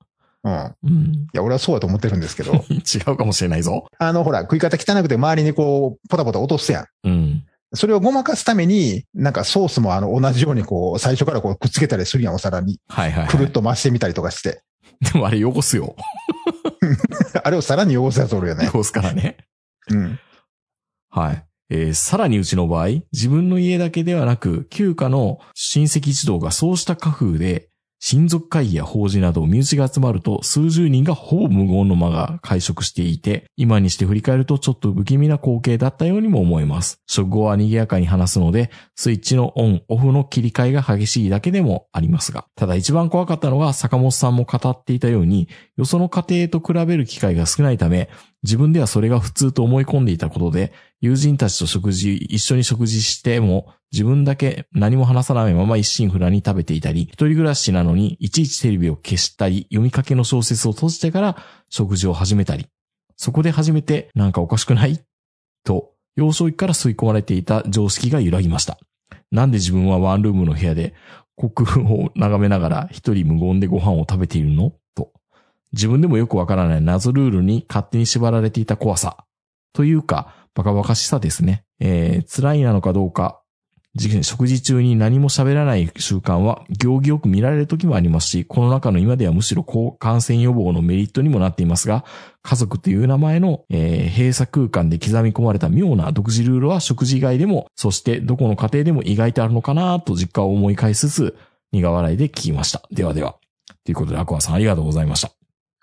[SPEAKER 4] うん。
[SPEAKER 3] うん。、
[SPEAKER 4] いや、俺はそうだと思ってるんですけど
[SPEAKER 3] 違うかもしれないぞ。
[SPEAKER 4] あの、ほら、食い方汚くて周りにこう、ポタポタ落とすやん。
[SPEAKER 3] うん。
[SPEAKER 4] それをごまかすために、なんかソースもあの、同じようにこう、最初からこう、くっつけたりするやん、お皿に。
[SPEAKER 3] はいはい、
[SPEAKER 4] く
[SPEAKER 3] は
[SPEAKER 4] るっ
[SPEAKER 3] い。
[SPEAKER 4] と回してみたりとか して。
[SPEAKER 3] でもあれ汚すよ。
[SPEAKER 4] あれをさらに汚すやつおるよね。
[SPEAKER 3] 汚すからね。
[SPEAKER 4] うん。
[SPEAKER 3] はい。えーさらにうちの場合、自分の家だけではなく、旧家の親戚一同がそうした家風で、親族会議や法事など身内が集まると数十人がほぼ無言の間が会食していて、今にして振り返るとちょっと不気味な光景だったようにも思えます。食後は賑やかに話すので、スイッチのオン、オフの切り替えが激しいだけでもありますが、ただ一番怖かったのは坂本さんも語っていたように、よその家庭と比べる機会が少ないため、自分ではそれが普通と思い込んでいたことで、友人たちと食事、一緒に食事しても、自分だけ何も話さないまま一心不乱に食べていたり、一人暮らしなのにいちいちテレビを消したり、読みかけの小説を閉じてから食事を始めたり、そこで初めてなんかおかしくないと、幼少期から吸い込まれていた常識が揺らぎました。なんで自分はワンルームの部屋で国風を眺めながら一人無言でご飯を食べているのと。自分でもよくわからない謎ルールに勝手に縛られていた怖さ。というか、バカバカしさですね。えー辛いなのかどうか。じ食事中に何も喋らない習慣は行儀よく見られる時もありますし、この中の今ではむしろこう感染予防のメリットにもなっていますが、家族という名前の、えー閉鎖空間で刻み込まれた妙な独自ルールは食事以外でも、そしてどこの家庭でも意外とあるのかなと実家を思い返しつつ、苦笑いで聞きました。ではでは。ということで、アクアさんありがとうございました。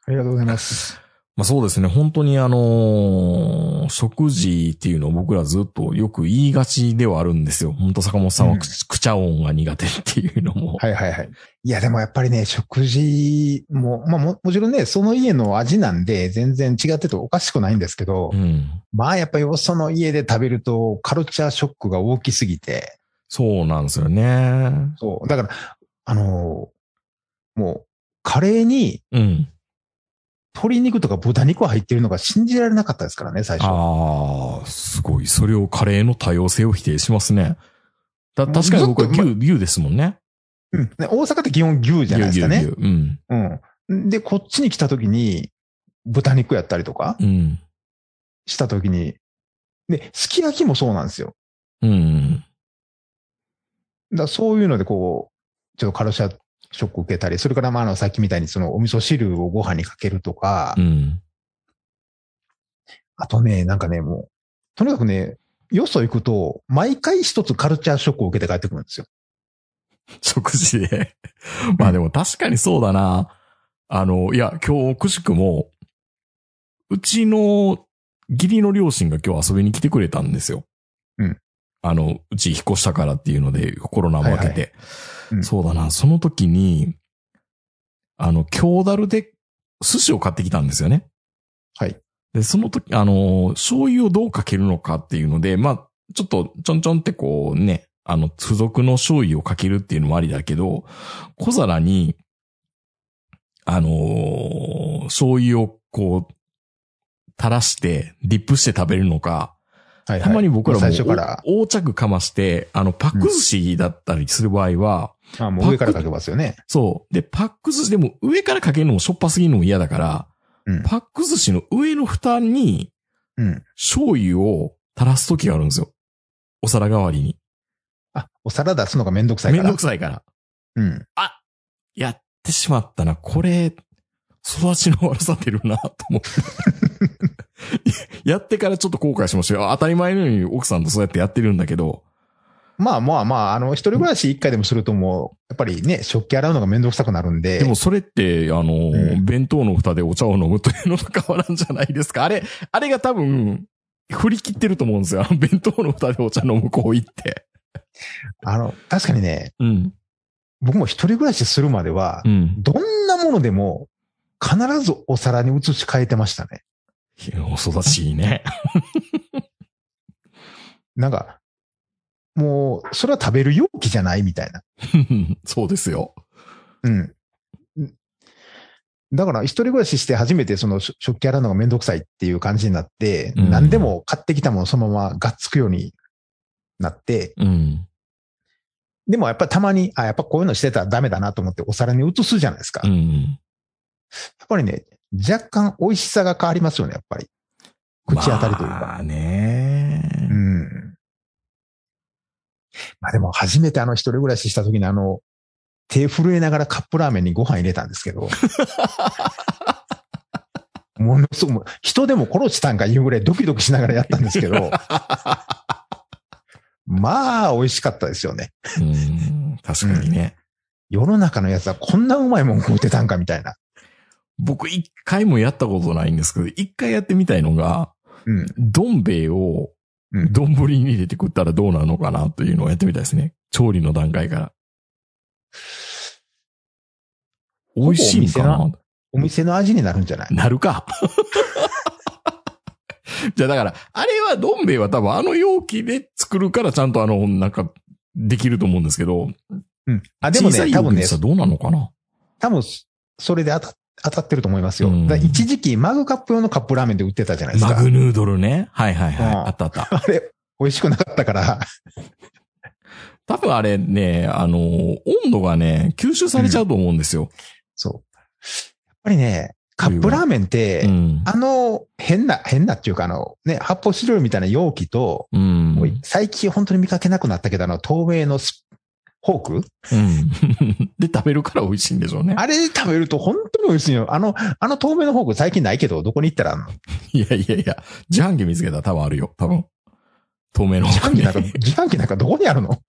[SPEAKER 4] ありがとうございます。
[SPEAKER 3] まあそうですね。本当にあのー食事っていうのを僕らずっとよく言いがちではあるんですよ。本当坂本さんはく,、
[SPEAKER 4] うん
[SPEAKER 3] くちゃ音が苦手っていうのも。
[SPEAKER 4] はいはいはい。いや、でもやっぱりね、食事も、まあも、もちろんね、その家の味なんで、全然違ってておかしくないんですけど、
[SPEAKER 3] うん。
[SPEAKER 4] まあやっぱりよその家で食べると、カルチャーショックが大きすぎて、
[SPEAKER 3] そうなんですよね。
[SPEAKER 4] そう。だから、あのーもう、カレーに
[SPEAKER 3] うん。
[SPEAKER 4] 鶏肉とか豚肉入ってるのが信じられなかったですからね、最初。
[SPEAKER 3] ああ、すごい。それをカレーの多様性を否定しますね。だ、確かに僕は牛、牛ですもんね。
[SPEAKER 4] うん、ね大阪って基本牛じゃないですか
[SPEAKER 3] 牛、
[SPEAKER 4] ね。
[SPEAKER 3] 牛、牛。うん。
[SPEAKER 4] うん。で、こっちに来た時に、豚肉やったりとか
[SPEAKER 3] うん。
[SPEAKER 4] した時に、で、すき焼きもそうなんですよ。
[SPEAKER 3] うん。
[SPEAKER 4] だからそういうので、こう、ちょっとカルシャショック受けたり、それからまあ、あの、さっきみたいにそのお味噌汁をご飯にかけるとか、
[SPEAKER 3] うん。
[SPEAKER 4] あとね、なんかね、もう、とにかくね、よそ行くと、毎回一つカルチャーショックを受けて帰ってくるんですよ。
[SPEAKER 3] 食事で。 まあでも確かにそうだな。あの、いや、今日くしくも、うちの義理の両親が今日遊びに来てくれたんですよ。
[SPEAKER 4] うん。
[SPEAKER 3] あの、うち引っ越したからっていうので、コロナも明け
[SPEAKER 4] はいは
[SPEAKER 3] て。
[SPEAKER 4] うん
[SPEAKER 3] そうだな。その時に、あの、京樽で寿司を買ってきたんですよね。
[SPEAKER 4] はい。
[SPEAKER 3] で、その時、あの、醤油をどうかけるのかっていうので、まあ、ちょっと、ちょんちょんってこうね、あの、付属の醤油をかけるっていうのもありだけど、小皿に、あのー醤油をこう、垂らして、ディップして食べるのか、
[SPEAKER 4] はい、はい。
[SPEAKER 3] たまに僕らも
[SPEAKER 4] 最初から、
[SPEAKER 3] お横着かまして、あの、パック寿司だったりする場合は、
[SPEAKER 4] あもう上からかけますよね。
[SPEAKER 3] そう。で、パック寿司でも上からかけるのもしょっぱすぎるのも嫌だから、
[SPEAKER 4] うん
[SPEAKER 3] パック寿司の上の蓋に
[SPEAKER 4] うん。
[SPEAKER 3] 醤油を垂らす時があるんですよ。お皿代わりに。
[SPEAKER 4] あ、お皿出すのがめんどくさいか
[SPEAKER 3] め
[SPEAKER 4] ら。
[SPEAKER 3] んどくさいから。
[SPEAKER 4] うん。
[SPEAKER 3] やってしまったな。これ、育ちの悪さ出るな、と思 って。やってからちょっと後悔しましたよ。当たり前のように奥さんとそうやってやってるんだけど。
[SPEAKER 4] まあまあまあ、あの、一人暮らし一回でもするともう、やっぱりね、食器洗うのがめんどくさくなるんで。
[SPEAKER 3] でもそれって、あの、
[SPEAKER 4] ん
[SPEAKER 3] 弁当の蓋でお茶を飲むというのと変わらんじゃないですか。あれ、あれが多分、振り切ってると思うんですよ。あの弁当の蓋でお茶飲む行為って。
[SPEAKER 4] あの、確かにね、
[SPEAKER 3] うん。
[SPEAKER 4] 僕も一人暮らしするまでは
[SPEAKER 3] う、ん。
[SPEAKER 4] どんなものでも、必ずお皿に移し替えてましたね。
[SPEAKER 3] いやお育ちいいね。
[SPEAKER 4] なんか、もう、それは食べる容器じゃないみたいな。
[SPEAKER 3] そうですよ。
[SPEAKER 4] うん。だから、一人暮らしして初めてその食食器洗うのがめんどくさいっていう感じになって、
[SPEAKER 3] うん
[SPEAKER 4] 何でも買ってきたものそのままがっつくようになって、
[SPEAKER 3] うん。
[SPEAKER 4] でもやっぱりたまに、あ、やっぱこういうのしてたらダメだなと思ってお皿に移すじゃないですか。
[SPEAKER 3] う
[SPEAKER 4] やっ
[SPEAKER 3] ん。
[SPEAKER 4] ぱりね、若干美味しさが変わりますよね、やっぱり。口当たりというか。
[SPEAKER 3] まあね、
[SPEAKER 4] うん。まあでも初めてあの一人暮らしした時にあの、手震えながらカップラーメンにご飯入れたんですけ ど。ものすごく、人でも殺したんかいうぐらいドキドキしながらやったんですけど。まあ、美味しかったですよね。
[SPEAKER 3] うん。確かにね。
[SPEAKER 4] 世の中のやつはこんなうまいもん食うてたんかみたいな。
[SPEAKER 3] 僕一回もやったことないんですけど、一回やってみたいのが、
[SPEAKER 4] うん。
[SPEAKER 3] どん兵衛を
[SPEAKER 4] うん
[SPEAKER 3] 丼に入れて食ったらどうなるのかなというのをやってみたいですね。調理の段階から。美味しいんか
[SPEAKER 4] ほぼお
[SPEAKER 3] な
[SPEAKER 4] お店の味になるんじゃない
[SPEAKER 3] なる か。じゃあだから、あれは、どん兵衛は多分あの容器で作るからちゃんとあの、なんか、できると思うんですけど、
[SPEAKER 4] うん。あ、でも
[SPEAKER 3] 小さ
[SPEAKER 4] ね、
[SPEAKER 3] い
[SPEAKER 4] 多
[SPEAKER 3] 容器
[SPEAKER 4] 分ね
[SPEAKER 3] にし、たらどうなのかな
[SPEAKER 4] 多分、それで当た当たってると思いますよ。
[SPEAKER 3] うん
[SPEAKER 4] だから一時期、マグカップ用のカップラーメンで売ってたじゃないです
[SPEAKER 3] マ
[SPEAKER 4] か。
[SPEAKER 3] グヌードルね。はいはいはい。
[SPEAKER 4] うん
[SPEAKER 3] あったあった。
[SPEAKER 4] あれ、美味しくなかったから、
[SPEAKER 3] 多分あれね、あの、温度がね、吸収されちゃうと思うんですよ。
[SPEAKER 4] そう。やっぱりね、カップラーメンって、
[SPEAKER 3] うん。
[SPEAKER 4] あの、変な、変なっていうか、あの、ね、発泡スチロールみたいな容器と、
[SPEAKER 3] うん。
[SPEAKER 4] もう最近本当に見かけなくなったけど、あの、透明のスフォーク
[SPEAKER 3] うん。 で、食べるから美味しいんでしょうね。
[SPEAKER 4] あれ食べると本当に美味しいよ。あの、あの透明のフォーク最近ないけど、どこに行ったらあんの
[SPEAKER 3] いやいやいや、自販機見つけたら多分あるよ。多分。透明の
[SPEAKER 4] 自
[SPEAKER 3] 方
[SPEAKER 4] 販機
[SPEAKER 3] に。
[SPEAKER 4] なんか、自販機なんかどこにあるの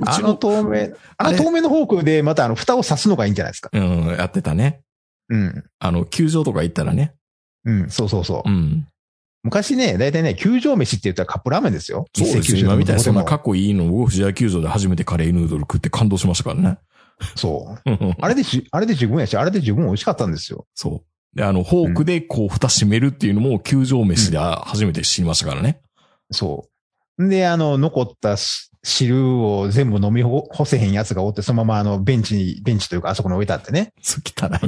[SPEAKER 3] う
[SPEAKER 4] あ
[SPEAKER 3] ち
[SPEAKER 4] の
[SPEAKER 3] の、
[SPEAKER 4] 透明、
[SPEAKER 3] あ
[SPEAKER 4] あ
[SPEAKER 3] れ
[SPEAKER 4] の透明のフォークでまたあの、蓋を刺すのがいいんじゃないですか。
[SPEAKER 3] うん、やってたね。
[SPEAKER 4] うん。
[SPEAKER 3] あの、球場とか行ったらね。
[SPEAKER 4] うん、そうそうそう。
[SPEAKER 3] うん。
[SPEAKER 4] 昔ね、大体ね、球場飯って言ったらカップラーメンですよ。
[SPEAKER 3] そうですよ。
[SPEAKER 4] 一
[SPEAKER 3] 今
[SPEAKER 4] 世
[SPEAKER 3] みたいにそんなか
[SPEAKER 4] カ
[SPEAKER 3] っこいいのを藤井球場で初めてカレーヌードル食って感動しましたからね。
[SPEAKER 4] そう。
[SPEAKER 3] うん
[SPEAKER 4] あれでじ、あれで十分やし、あれで十分美味しかったんですよ。
[SPEAKER 3] そう。で、あの、フォークでこう、蓋閉めるっていうのも、球場飯であ初めて知りましたからね。
[SPEAKER 4] そう。んで、あの、残ったし汁を全部飲みほ干せへんやつがおって、そのままあの、ベンチに、ベンチというかあそこに置いてあってね。
[SPEAKER 3] そう、汚い。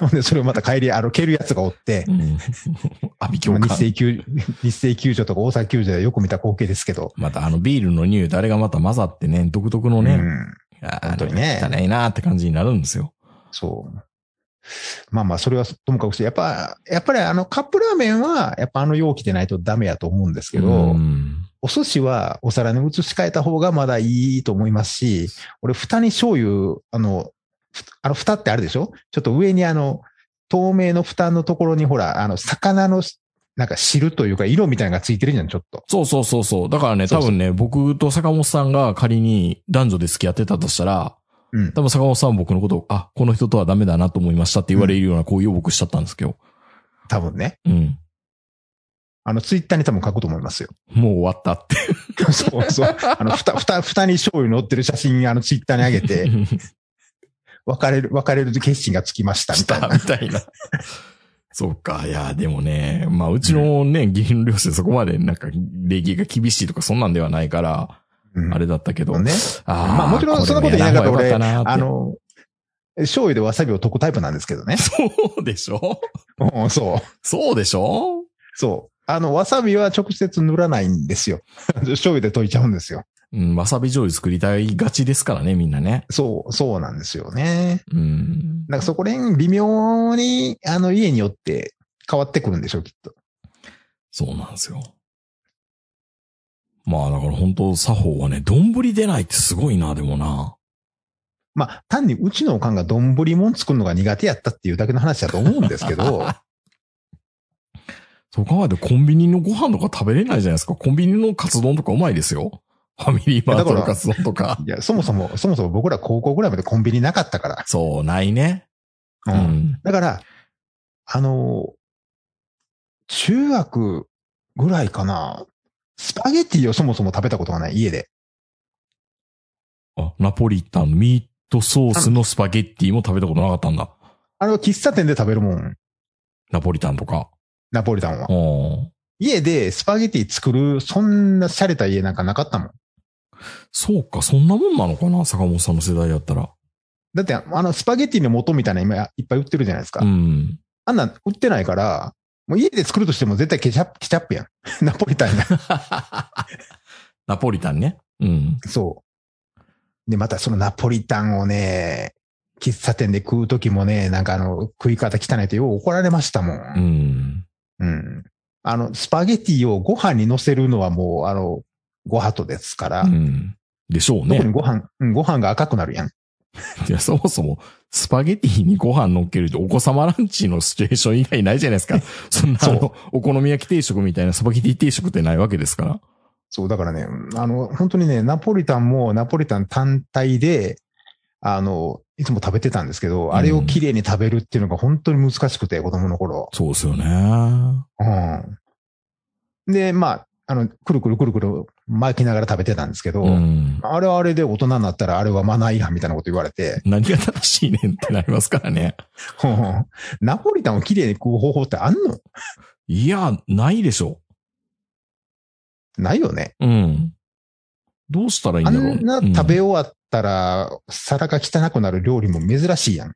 [SPEAKER 4] ほんで、それをまた帰り歩けるやつがおって、
[SPEAKER 3] うん。 阿ビ教
[SPEAKER 4] 日
[SPEAKER 3] 官。
[SPEAKER 4] 清球、日清球場とか大阪球場でよく見た光景ですけど。
[SPEAKER 3] またあのビールの匂いとあれがまた混ざってね、独特のね、
[SPEAKER 4] うん。
[SPEAKER 3] あー
[SPEAKER 4] 本当にね
[SPEAKER 3] 汚いなーって感じになるんですよ。
[SPEAKER 4] そう。まあまあ、それはともかくして、やっぱ、やっぱりあのカップラーメンは、やっぱあの容器でないとダメやと思うんですけど、
[SPEAKER 3] うん
[SPEAKER 4] お寿司はお皿に移し替えた方がまだいいと思いますし、俺、蓋に醤油、あの、ふあの、蓋ってあるでしょちょっと上にあの、透明の蓋のところにほら、あの、魚の、なんか汁というか色みたいなのがついてるじゃん、ちょっと。
[SPEAKER 3] そうそうそうそう。だからね、
[SPEAKER 4] そ
[SPEAKER 3] 多
[SPEAKER 4] うそう
[SPEAKER 3] 分ね、僕と坂本さんが仮に男女で付き合ってたとしたら、
[SPEAKER 4] うん。
[SPEAKER 3] 多分坂本さんは僕のことを、あ、この人とはダメだなと思いましたって言われるような行為を僕しちゃったんですけど。
[SPEAKER 4] 多分ね。
[SPEAKER 3] うん。
[SPEAKER 4] あの、ツイッターに多分書くと思いますよ。
[SPEAKER 3] もう終わったって。
[SPEAKER 4] そうそう。あの、蓋、蓋、蓋に醤油乗ってる写真、あの、ツイッターに上げて、別れる、別れる決心がつきました、み
[SPEAKER 3] した
[SPEAKER 4] い
[SPEAKER 3] た
[SPEAKER 4] な。
[SPEAKER 3] みたい な。そうか。いや、でもね、まあ、うちのね、義理の両親そこまでなんか、礼儀が厳しいとかそんなんではないから、
[SPEAKER 4] うん
[SPEAKER 3] あれだったけど。
[SPEAKER 4] ね。
[SPEAKER 3] あー
[SPEAKER 4] まあもちろん
[SPEAKER 3] れ
[SPEAKER 4] そんなこと言いながら
[SPEAKER 3] もやらん方がよかったなーって。
[SPEAKER 4] あの、醤油でわさびを溶くタイプなんですけど ね
[SPEAKER 3] そうでしょ
[SPEAKER 4] うん、そう。
[SPEAKER 3] そうでしょ
[SPEAKER 4] そう。あの、わさびは直接塗らないんですよ。 醤油で溶いちゃうんですよ。
[SPEAKER 3] うん、わさび醤油作りたいがちですからね、みんなね。
[SPEAKER 4] そう、そうなんですよね。
[SPEAKER 3] うん。
[SPEAKER 4] なんかそこら辺微妙に、あの、家によって変わってくるんでしょう、きっと。
[SPEAKER 3] そうなんですよ。まあ、だから本当作法はね、丼出ないってすごいな、でもな。
[SPEAKER 4] まあ、単にうちのおかんが丼もん作るのが苦手やったっていうだけの話だと思うんですけど、
[SPEAKER 3] そう考えるとコンビニのご飯とか食べれないじゃないですか。コンビニのカツ丼とかうまいですよ。ファミリーマートのカツ丼と か。
[SPEAKER 4] いや、そもそも、そもそも僕ら高校ぐらいまでコンビニなかったか
[SPEAKER 3] そう、ないね。
[SPEAKER 4] ら。
[SPEAKER 3] う。ん。
[SPEAKER 4] だから、あの、中学ぐらいかな、スパゲティをそもそも食べたことがない、家で。
[SPEAKER 3] あ、ナポリタンのミートソースのスパゲッティも食べたことなかったんだ。
[SPEAKER 4] あれは喫茶店で食べるもん、
[SPEAKER 3] ナポリタンとか。
[SPEAKER 4] ナポリタンは
[SPEAKER 3] う。ん。
[SPEAKER 4] 家でスパゲティ作る、そんな洒落た家なんかなかったもん。
[SPEAKER 3] そうか、そんなもんなのかな坂本さんの世代だったら。
[SPEAKER 4] だって、あの、スパゲティの素みたいなの今いっぱい売ってるじゃないです
[SPEAKER 3] う
[SPEAKER 4] か。
[SPEAKER 3] ん。
[SPEAKER 4] あんなん売ってないから、もう家で作るとしても絶対ケチャップ、ケチャップやん。 ナポリタ ンやん。
[SPEAKER 3] ナポリタンね。うん。
[SPEAKER 4] そう。で、またそのナポリタンをね、喫茶店で食う時もね、なんかあの、食い方汚いとよう怒られましたも。
[SPEAKER 3] うんん。
[SPEAKER 4] うん。あの、スパゲティをご飯に乗せるのはもう、あの、ごはとですから、
[SPEAKER 3] うん。でしょう
[SPEAKER 4] 特に
[SPEAKER 3] ね。
[SPEAKER 4] ご飯、うんご飯が赤くなるやん。
[SPEAKER 3] いや、そもそも、スパゲティにご飯乗っけるってお子様ランチのシチュエーション以外ないじゃないです か。そんな、あ
[SPEAKER 4] そ
[SPEAKER 3] の、お好み焼き定食みたいなスパゲティ定食ってないわけですから。
[SPEAKER 4] そう、だからね、あの、本当にね、ナポリタンもナポリタン単体で、あの、いつも食べてたんですけど、あれを綺麗に食べるっていうのが本当に難しくて、子供の頃。
[SPEAKER 3] そうですよね。
[SPEAKER 4] うん。で、まあ、あの、くるくるくるくる巻きながら食べてたんですけど、
[SPEAKER 3] うん。
[SPEAKER 4] あれはあれで大人になったらあれはマナー違反みたいなこと言われて、
[SPEAKER 3] 何が正しいねんってなりますからね。
[SPEAKER 4] うんナポリタンを綺麗に食う方法ってあんの
[SPEAKER 3] いや、ないでしょ。
[SPEAKER 4] ないよね。
[SPEAKER 3] うん。どうしたらいいん
[SPEAKER 4] あ
[SPEAKER 3] だろう。
[SPEAKER 4] んな
[SPEAKER 3] うん
[SPEAKER 4] 食べ終わったら、皿が汚くなる料理も珍しいやん。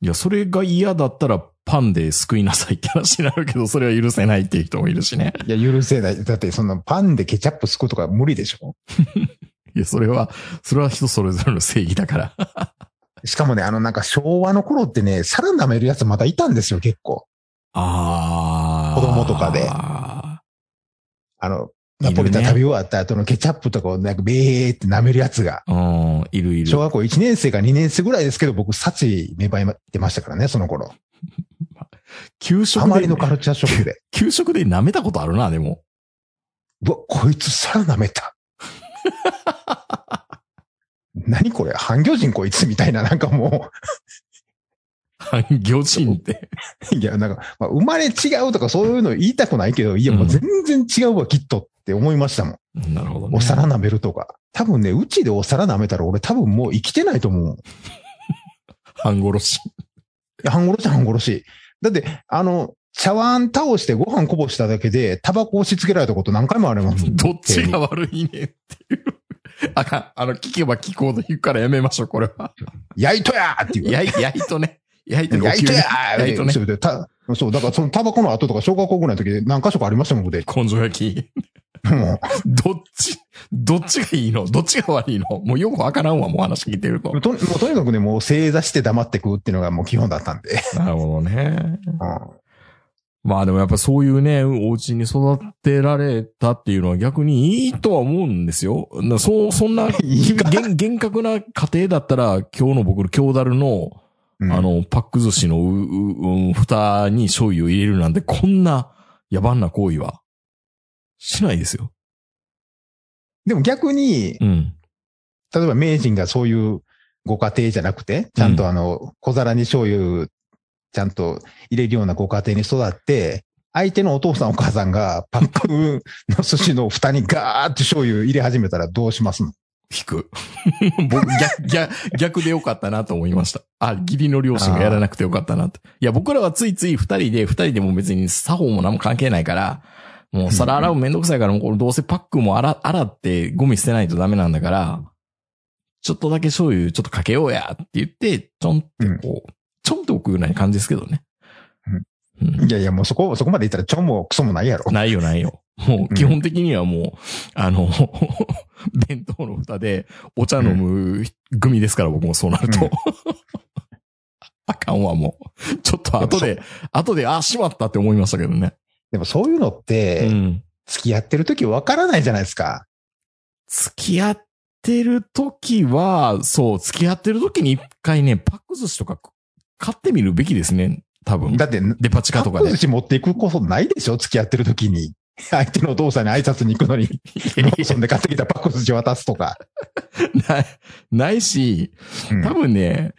[SPEAKER 3] いや、それが嫌だったらパンで救いなさいって話になるけど、それは許せないっていう人もいるしね。
[SPEAKER 4] いや、許せない。だって、そんなパンでケチャップすくうとか無理でしょ
[SPEAKER 3] いや、それは、それは人それぞれの正義だ から。
[SPEAKER 4] しかもね、あの、なんか昭和の頃ってね、皿舐めるやつまたいたんですよ、結構。
[SPEAKER 3] あー
[SPEAKER 4] 子供とかで
[SPEAKER 3] あ
[SPEAKER 4] あの、
[SPEAKER 3] いる
[SPEAKER 4] ナ
[SPEAKER 3] ね
[SPEAKER 4] ポリタン食べ終わった後のケチャップとかをなんかべーって舐めるやつが。
[SPEAKER 3] ーうん、いるいる
[SPEAKER 4] 小。学校1年生か2年生ぐらいですけど、僕、殺意芽生えてましたからね、その頃。
[SPEAKER 3] 給食
[SPEAKER 4] あまり
[SPEAKER 3] で
[SPEAKER 4] の、カルチャーショッ クで。
[SPEAKER 3] 給食で舐めたことあるな、で も。
[SPEAKER 4] うわ、こいつ皿舐 めた。何これ半魚人こいつみたいな、なんかも
[SPEAKER 3] 反魚人って。
[SPEAKER 4] う、 いや、なんか、まあ、生まれ違うとかそういうの言いたくないけど、いや、もう全然違うわ、きっとって思いましたもん。
[SPEAKER 3] なるほどね。
[SPEAKER 4] お皿舐めるとか。多分ね、うちでお皿舐めたら俺多分もう生きてないと思う。い
[SPEAKER 3] 半殺し。
[SPEAKER 4] や半殺し半殺し。だって、あの、茶碗倒してご飯こぼしただけで、タバコ押し付けられたこと何回もあります。
[SPEAKER 3] どっちが悪いねんっていう。あかん。あの、聞けば聞こうと言うからやめましょう、これ は。
[SPEAKER 4] 焼いとやーっていう。
[SPEAKER 3] やい、やいとね。やいとね。
[SPEAKER 4] 焼いとやー
[SPEAKER 3] 焼いとね
[SPEAKER 4] そうでたそう、だからそのタバコの後とか小学校ぐらいの時で何箇所かありましたも ん、僕で。
[SPEAKER 3] 根性焼き。
[SPEAKER 4] も
[SPEAKER 3] どっち、どっちがいいのどっちが悪いのもうよくわからんわ、もう話聞いてると
[SPEAKER 4] う。ともうとにかくね、もう正座して黙って食うっていうのがもう基本だったんで。
[SPEAKER 3] なるほどね。
[SPEAKER 4] うん
[SPEAKER 3] まあでもやっぱそういうね、お家に育てられたっていうのは逆にいいとは思うんですよ。なそう、そんな、
[SPEAKER 4] いいか
[SPEAKER 3] 厳厳格な家庭だったら、今日の僕の京樽の、
[SPEAKER 4] うん
[SPEAKER 3] あの、パック寿司のう、う、う、蓋に醤油を入れるなんて、こんな野蛮な行為は、しないですよ。
[SPEAKER 4] でも逆に、
[SPEAKER 3] うん。
[SPEAKER 4] 例えば名人がそういうご家庭じゃなくて、ちゃんとあの、小皿に醤油、ちゃんと入れるようなご家庭に育って、相手のお父さんお母さんがパックの寿司の蓋にガーッと醤油入れ始めたらどうしますの
[SPEAKER 3] 引く。 僕、逆、逆、逆でよかったなと思いました。あ、義理の両親がやらなくてよかったなって。いや、僕らはついつい二人で、二人でも別に作法も何も関係ないから、もう皿洗うめんどくさいから、もうこれどうせパックも洗、洗ってゴミ捨てないとダメなんだから、ちょっとだけ醤油ちょっとかけようやって言って、ちょんってこう、ちょんって置くような感じですけどね。うん
[SPEAKER 4] いやいや、もうそこ、そこまで言ったらちょんもクソもないや ろ。
[SPEAKER 3] ないよないよ。も
[SPEAKER 4] う
[SPEAKER 3] うん基本的にはもう、あの、 弁当の蓋でお茶飲むグミですから、僕もそうなると。
[SPEAKER 4] うん
[SPEAKER 3] あかんわ、もう。ちょっと後で、後で、あ、しまったって思いましたけどね。
[SPEAKER 4] でもそういうのっ
[SPEAKER 3] う
[SPEAKER 4] て、
[SPEAKER 3] ん。
[SPEAKER 4] 付き合ってる時わからないじゃないですか。
[SPEAKER 3] 付き合ってる時は、そう、付き合ってる時に一回ね、パック寿司とか買ってみるべきですね。多分。
[SPEAKER 4] だって、
[SPEAKER 3] デパ地
[SPEAKER 4] カ
[SPEAKER 3] 下と
[SPEAKER 4] ッ
[SPEAKER 3] か
[SPEAKER 4] プ
[SPEAKER 3] で
[SPEAKER 4] 寿。司持っていくことないでしょ付き合ってる時に。相手のお父さんに挨拶に行くのに、ローソンで買ってきたパック寿司渡すとか。
[SPEAKER 3] ない、ないし、
[SPEAKER 4] うん
[SPEAKER 3] 多分ね、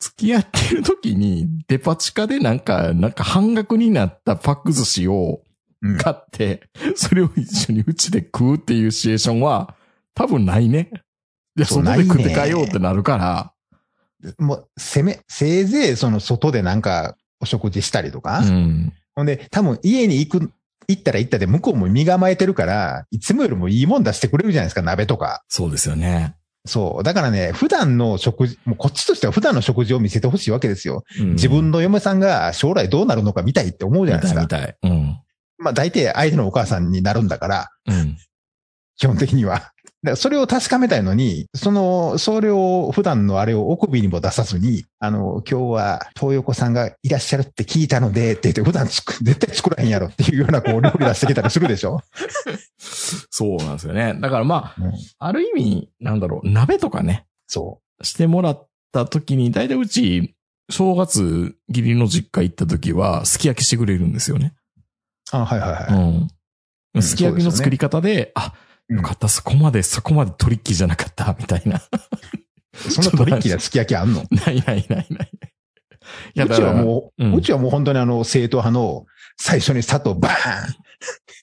[SPEAKER 3] 付き合ってる時にデパ地下でなんか、なんか半額になったパック寿司を
[SPEAKER 4] うん
[SPEAKER 3] 買って、それを一緒にうちで食うっていうシチュエーションは多分ないね。いや、
[SPEAKER 4] そう
[SPEAKER 3] そこで食っ
[SPEAKER 4] な
[SPEAKER 3] て
[SPEAKER 4] いね
[SPEAKER 3] 帰ようってなるから。
[SPEAKER 4] もう、せめ、せいぜい、その、外でなんか、お食事したりとか。
[SPEAKER 3] うん。
[SPEAKER 4] ほんで、多分、家に行く行ったら行ったで、向こうも身構えてるから、いつもよりもいいもん出してくれるじゃないですか、鍋とか。
[SPEAKER 3] そうですよね。
[SPEAKER 4] そう。だからね、普段の食事、もうこっちとしては普段の食事を見せてほしいわけですよ。
[SPEAKER 3] うん
[SPEAKER 4] 自分の嫁さんが将来どうなるのか見たいって思うじゃないですか
[SPEAKER 3] み。たい、みたい。うん。
[SPEAKER 4] まあ大抵相手のお母さんになるんだから、
[SPEAKER 3] うん。
[SPEAKER 4] 基本的には。だからそれを確かめたいのに、その、それを、普段のあれをお首にも出さずに、あの、今日は、東横さんがいらっしゃるって聞いたので、って言って、普段つく、絶対作らへんやろっていうような、こう、料理出してきたりするでしょ
[SPEAKER 3] そうなんですよね。だからまあ、
[SPEAKER 4] うん
[SPEAKER 3] ある意味、なんだろう、鍋とかね、
[SPEAKER 4] そ
[SPEAKER 3] してもらった時に、大体うち、正月義理の実家行った時は、すき焼きしてくれるんですよね。
[SPEAKER 4] う。あ、はいはいはい。
[SPEAKER 3] う。
[SPEAKER 4] うんん
[SPEAKER 3] すき焼きの作り方で、あ、
[SPEAKER 4] うん
[SPEAKER 3] よかった、そこまで、そこまでトリッキーじゃなかった、みたいな。
[SPEAKER 4] そんなトリッキーなすき焼きあんの
[SPEAKER 3] ないないないない。いや、
[SPEAKER 4] う
[SPEAKER 3] だ
[SPEAKER 4] ち
[SPEAKER 3] か
[SPEAKER 4] は
[SPEAKER 3] ら、
[SPEAKER 4] もう、
[SPEAKER 3] う
[SPEAKER 4] うんちはもう本当にあの、正統派の、最初に砂糖バーン、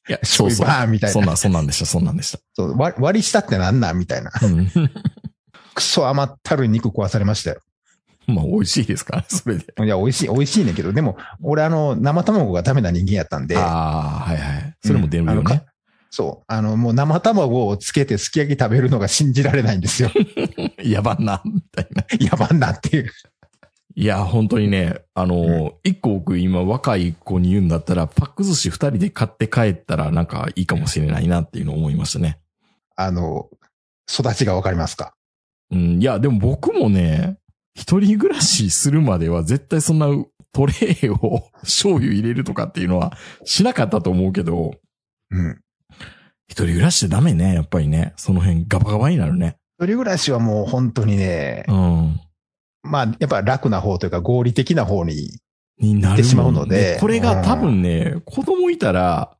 [SPEAKER 3] いや、そう
[SPEAKER 4] 醤油
[SPEAKER 3] そう。
[SPEAKER 4] バーンみたい
[SPEAKER 3] そん
[SPEAKER 4] な。
[SPEAKER 3] なん、そんなんでした、そんなんでした。
[SPEAKER 4] そう割割り下ってなんなんみたいな。
[SPEAKER 3] うん。
[SPEAKER 4] クソ甘ったるい肉壊されましたよ。
[SPEAKER 3] まあ、美味しいですからね、それで。
[SPEAKER 4] いや、美味しい、美味しいねんけど、でも、俺あの、生卵がダメな人間やったんで、
[SPEAKER 3] ああ、はいはい。それも出るよ
[SPEAKER 4] うんあの
[SPEAKER 3] ね
[SPEAKER 4] か。そう、あの、もう生卵をつけてすき焼き食べるのが信じられない んですよ。
[SPEAKER 3] 野蛮な、みたいな。
[SPEAKER 4] やばんなっていう。
[SPEAKER 3] いや、本当にね、あのー、一個僕今若い子に言うんだったら、パック寿司二人で買って帰ったらなんかいいかもしれないなっていうのを思いましたね。
[SPEAKER 4] あの、育ちがわかりますか
[SPEAKER 3] うん、いや、でも僕もね、一人暮らしするまでは絶対そんなトレイを醤油入れるとかっていうのはしなかったと思うけど、
[SPEAKER 4] うん。
[SPEAKER 3] 一人暮らしってダメね、やっぱりね。その辺ガバガバになるね。
[SPEAKER 4] 一人暮らしはもう本当にね
[SPEAKER 3] う、ん。
[SPEAKER 4] まあ、やっぱ楽な方というか合理的な方に、
[SPEAKER 3] になるもんね
[SPEAKER 4] 行ってしまうので
[SPEAKER 3] これが多分ね、子供いたら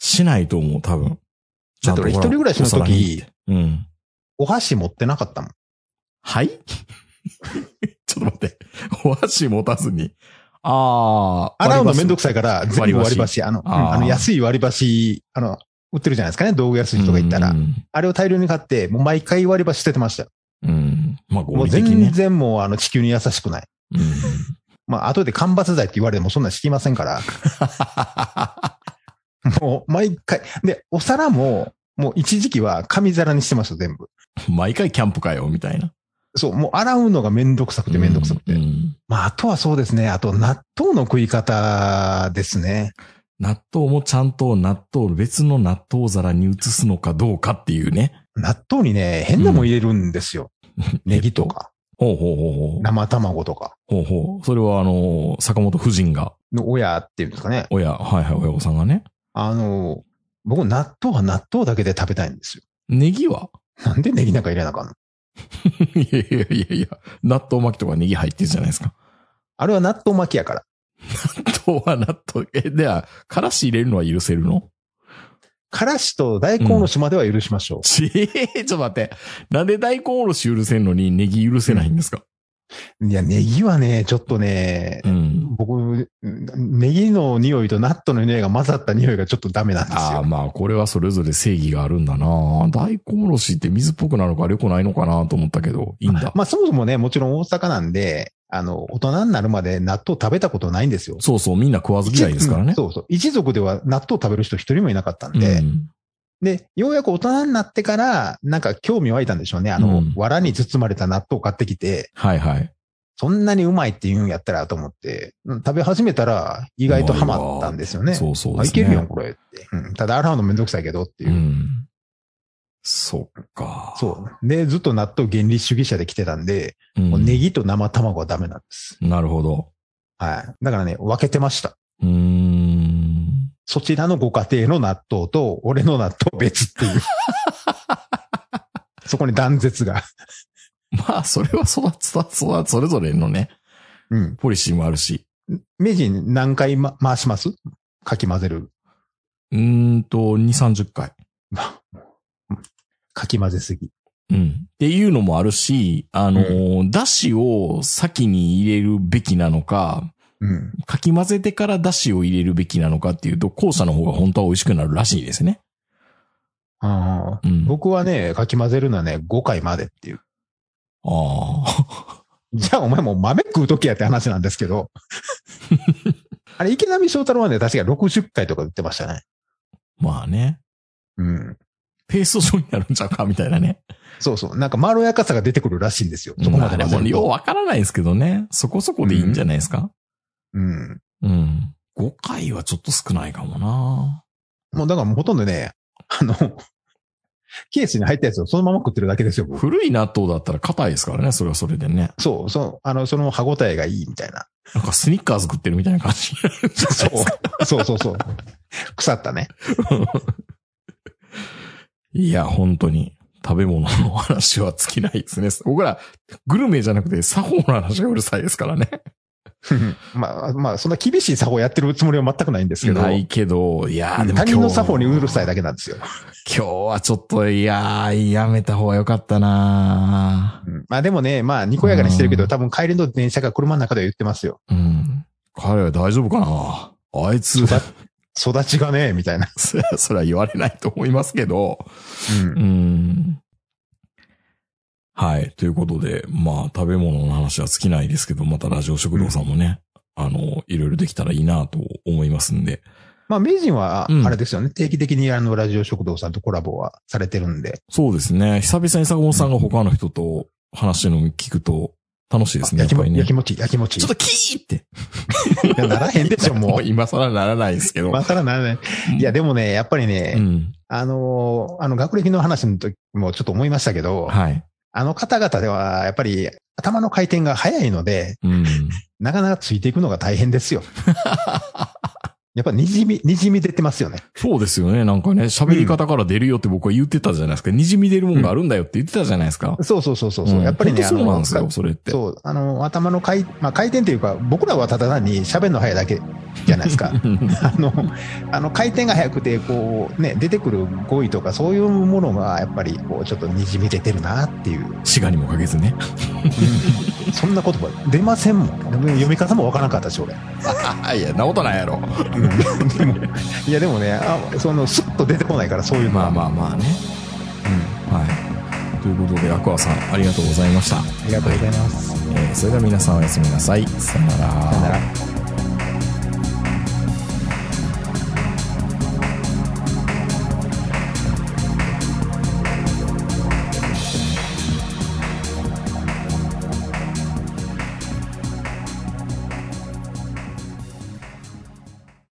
[SPEAKER 3] しないと思う、多分。
[SPEAKER 4] だって俺一人暮らしの
[SPEAKER 3] ちゃんとほらお皿に
[SPEAKER 4] 時、
[SPEAKER 3] うん。
[SPEAKER 4] お箸持ってなかったもん。
[SPEAKER 3] はい ちょっと待って。お箸持たずに。ああ。
[SPEAKER 4] 洗うのめんど
[SPEAKER 3] く
[SPEAKER 4] くさいから、全部割り箸、あの、うん
[SPEAKER 3] あー
[SPEAKER 4] あの安い割り箸、あの、売ってるじゃないですかね、道具屋筋とか行ったら。あれを大量に買って、もう毎回割り箸捨ててましたよ。
[SPEAKER 3] うん。まあ、
[SPEAKER 4] も
[SPEAKER 3] 合
[SPEAKER 4] う
[SPEAKER 3] 理的
[SPEAKER 4] 全
[SPEAKER 3] ね。
[SPEAKER 4] 然もうあの地球に優しくない。
[SPEAKER 3] うん
[SPEAKER 4] まあ、後で間伐材って言われてもそんなん知りませ んから、もう毎回。で、お皿も、もう一時期は紙皿にしてました、全部。
[SPEAKER 3] 毎回キャンプかよ、みたいな。
[SPEAKER 4] そう、もう洗うのがめんどくさくてめんどくさくて。
[SPEAKER 3] うんうん
[SPEAKER 4] まあ、あとはそうですね。あと、納豆の食い方ですね。
[SPEAKER 3] 納豆もちゃんと納豆を別の納豆皿に移すのかどうかっていうね。
[SPEAKER 4] 納豆にね、変なもん入れるんですよ。ネギとか、
[SPEAKER 3] ほうほうほうほう。
[SPEAKER 4] 生卵とか。
[SPEAKER 3] ほうほう。それはあのー、坂本夫人が、
[SPEAKER 4] の親っていうんですかね。
[SPEAKER 3] 親、はいはい、親御さんがね。
[SPEAKER 4] あの、僕、納豆は納豆だけで食べたいんですよ。
[SPEAKER 3] ネギは
[SPEAKER 4] なんでネギなんか入れなあかんの
[SPEAKER 3] いやいやいやいや、納豆巻きとかネギ入ってるじゃないですか。
[SPEAKER 4] あれは納豆巻きやから。
[SPEAKER 3] 納豆は納豆。え、では、からし入れるのは許せるの
[SPEAKER 4] からしと大根の島では許しましょう。
[SPEAKER 3] ちえー、ちょっと待って。なんで大根おろし許せんのにネギ許せないんですか
[SPEAKER 4] いや、ネギはね、ちょっとね、
[SPEAKER 3] うん。
[SPEAKER 4] 僕、ネギの匂いと納豆の匂いが混ざった匂いがちょっとダメなんです
[SPEAKER 3] ああ、
[SPEAKER 4] よ。
[SPEAKER 3] まあ、これはそれぞれ正義があるんだな大根おろしって水っぽくなのか、良くないのかなと思ったけど、いいんだ。
[SPEAKER 4] まあそもそもね、もちろん大阪なんで、あの、大人になるまで納豆食べたことないんですよ。
[SPEAKER 3] そうそう、みんな食わず嫌いですからね
[SPEAKER 4] 一。そうそう。一族では納豆食べる人一人もいなかったん
[SPEAKER 3] う
[SPEAKER 4] で、
[SPEAKER 3] ん。
[SPEAKER 4] で、ようやく大人になってから、なんか興味湧いたんでしょうね。あの、
[SPEAKER 3] うん
[SPEAKER 4] 藁に包まれた納豆を買ってきて、
[SPEAKER 3] はいはい。
[SPEAKER 4] そんなにうまいって言うんやったらと思って、うん食べ始めたら意外とハマったんですよね。
[SPEAKER 3] そうそう
[SPEAKER 4] あ、
[SPEAKER 3] で
[SPEAKER 4] い
[SPEAKER 3] すね。
[SPEAKER 4] けるやん、これって。うん、ただ洗うのめんどくさいけどっていうう。
[SPEAKER 3] ん。そっか。
[SPEAKER 4] そう。で、ずっと納豆原理主義者で来てたんで、
[SPEAKER 3] う。、
[SPEAKER 4] もうんネギと生卵はダメなんです。
[SPEAKER 3] なるほど。
[SPEAKER 4] はい。だからね、分けてました。
[SPEAKER 3] うーん。
[SPEAKER 4] そちらのご家庭の納豆と、俺の納豆別って いう。そこに断絶が。
[SPEAKER 3] まあ、それは育つ、育つ、それぞれのね、
[SPEAKER 4] うん。
[SPEAKER 3] ポリシーもあるし。
[SPEAKER 4] 名人何回、ま、回しますかき混ぜる。
[SPEAKER 3] うーんと、2、30回。
[SPEAKER 4] かき混ぜすぎ。
[SPEAKER 3] うん。っていうのもあるし、あのー、だしを先に入れるべきなのか、
[SPEAKER 4] うん。
[SPEAKER 3] かき混ぜてからだしを入れるべきなのかっていうと、後者の方が本当は美味しくなるらしいですね。
[SPEAKER 4] ああ
[SPEAKER 3] うん。
[SPEAKER 4] 僕はね、かき混ぜるのはね、5回までっていう。
[SPEAKER 3] あ
[SPEAKER 4] じゃあお前もう豆食うときやって話なんですけど。あれ、池波正太郎はね、確か60回とか言ってましたね。
[SPEAKER 3] まあね、
[SPEAKER 4] うん。
[SPEAKER 3] ペースト状になるんちゃうかみたいなね。
[SPEAKER 4] そうそう。なんかまろやかさが出てくるらしいんですよ。そこ
[SPEAKER 3] ま
[SPEAKER 4] ま
[SPEAKER 3] あ
[SPEAKER 4] で
[SPEAKER 3] で
[SPEAKER 4] 混ぜ
[SPEAKER 3] も、
[SPEAKER 4] る
[SPEAKER 3] よう
[SPEAKER 4] と。
[SPEAKER 3] わからないですけどね。そこそこでいいんじゃないですか、
[SPEAKER 4] うん。
[SPEAKER 3] うん、5回はちょっと少ないかもな。
[SPEAKER 4] もうだからもうほとんどね、あの、ケースに入ったやつをそのまま食ってるだけですよ、僕
[SPEAKER 3] 古い納豆だったら硬いですからね、それはそれでね。
[SPEAKER 4] そう、そう、あの、その歯応えがいいみたいな。
[SPEAKER 3] なんかスニッカーズ食ってるみたいな感じに なるんじゃないですか。
[SPEAKER 4] そう、そうそうそう。腐ったね。
[SPEAKER 3] いや、本当に。食べ物の話は尽きないですね。僕ら、グルメじゃなくて、作法の話がうるさいですからね。
[SPEAKER 4] まあ、まあ、そんな厳しい作法やってるつもりは全くないんですけど、
[SPEAKER 3] ないけど、いやーでも
[SPEAKER 4] 他人の作法にうるさい
[SPEAKER 3] だ
[SPEAKER 4] だけなんですよ。
[SPEAKER 3] 今日はちょっと、いやー、やめた方が良かったな
[SPEAKER 4] うんまあでもね、まあ、にこやかにしてるけ
[SPEAKER 3] う
[SPEAKER 4] ど、
[SPEAKER 3] ん
[SPEAKER 4] 多分帰りの電車が車の中では言ってますよ。
[SPEAKER 3] うん。彼は大丈夫かなあいつ
[SPEAKER 4] 育、育ちがね、みたいな。
[SPEAKER 3] そ それは言われないと思いますけど。
[SPEAKER 4] うん
[SPEAKER 3] うん。はい。ということで、まあ、食べ物の話は尽きないですけど、またラジオ食堂さんもね、あの、いろいろできたらいいなと思いますんで。
[SPEAKER 4] まあ、名人は
[SPEAKER 3] うん、
[SPEAKER 4] あれですよね、定期的にあの、ラジオ食堂さんとコラボはされてるんで、
[SPEAKER 3] そうですね。久々に坂本さんが他の人と話してるのを聞くと楽しいですね。や
[SPEAKER 4] 焼
[SPEAKER 3] っ
[SPEAKER 4] き
[SPEAKER 3] ぱ
[SPEAKER 4] も
[SPEAKER 3] りね。
[SPEAKER 4] 焼き
[SPEAKER 3] ちょ
[SPEAKER 4] もち、焼きもち。
[SPEAKER 3] っとキーって。
[SPEAKER 4] いやならへんでしょ、も
[SPEAKER 3] もう
[SPEAKER 4] う。
[SPEAKER 3] 今更ならないですけど。
[SPEAKER 4] またらならない。いや、でもね、やっぱりね、
[SPEAKER 3] うん。
[SPEAKER 4] あのー、あの、学歴の話の時もちょっと思いましたけど、
[SPEAKER 3] はい。
[SPEAKER 4] あの方々では、やっぱり頭の回転が早いので、
[SPEAKER 3] うん。
[SPEAKER 4] なかなかついていくのが大変で すよ。やっぱ、にじみ、にじみ出てますよね。
[SPEAKER 3] そうですよね。なんかね、喋り方から出るよって僕は言ってたじゃないですか。にじみ出るもんがあるんだよって言ってたじゃないですか。
[SPEAKER 4] そうそうそうそう。うんやっぱりね、
[SPEAKER 3] 本当そうなんです
[SPEAKER 4] あ
[SPEAKER 3] よ、
[SPEAKER 4] の
[SPEAKER 3] それって。
[SPEAKER 4] そう、あの、頭の回、まあ、回転というか、僕らはただ単に喋るの早いだけじゃない ですか。あの、あの回転が早くて、こう、ね、出てくる語彙とか、そういうものが、やっぱり、こう、ちょっとにじみ出てるなっていう。
[SPEAKER 3] 滋賀にもかけずね。
[SPEAKER 4] そんな言葉出ませんもん。でも読み方もわからんかったし、俺。
[SPEAKER 3] いや、なことないやろ。
[SPEAKER 4] でも、いやでもね、あその、スッと出てこないから、そういうの
[SPEAKER 3] ま
[SPEAKER 4] は。
[SPEAKER 3] あまあまあね。はい。ということで、アクアさん、ありがとうございました。
[SPEAKER 4] ありがとうございます。
[SPEAKER 3] えーそれでは皆さんおやすみなさい。さよなら
[SPEAKER 4] さよなら。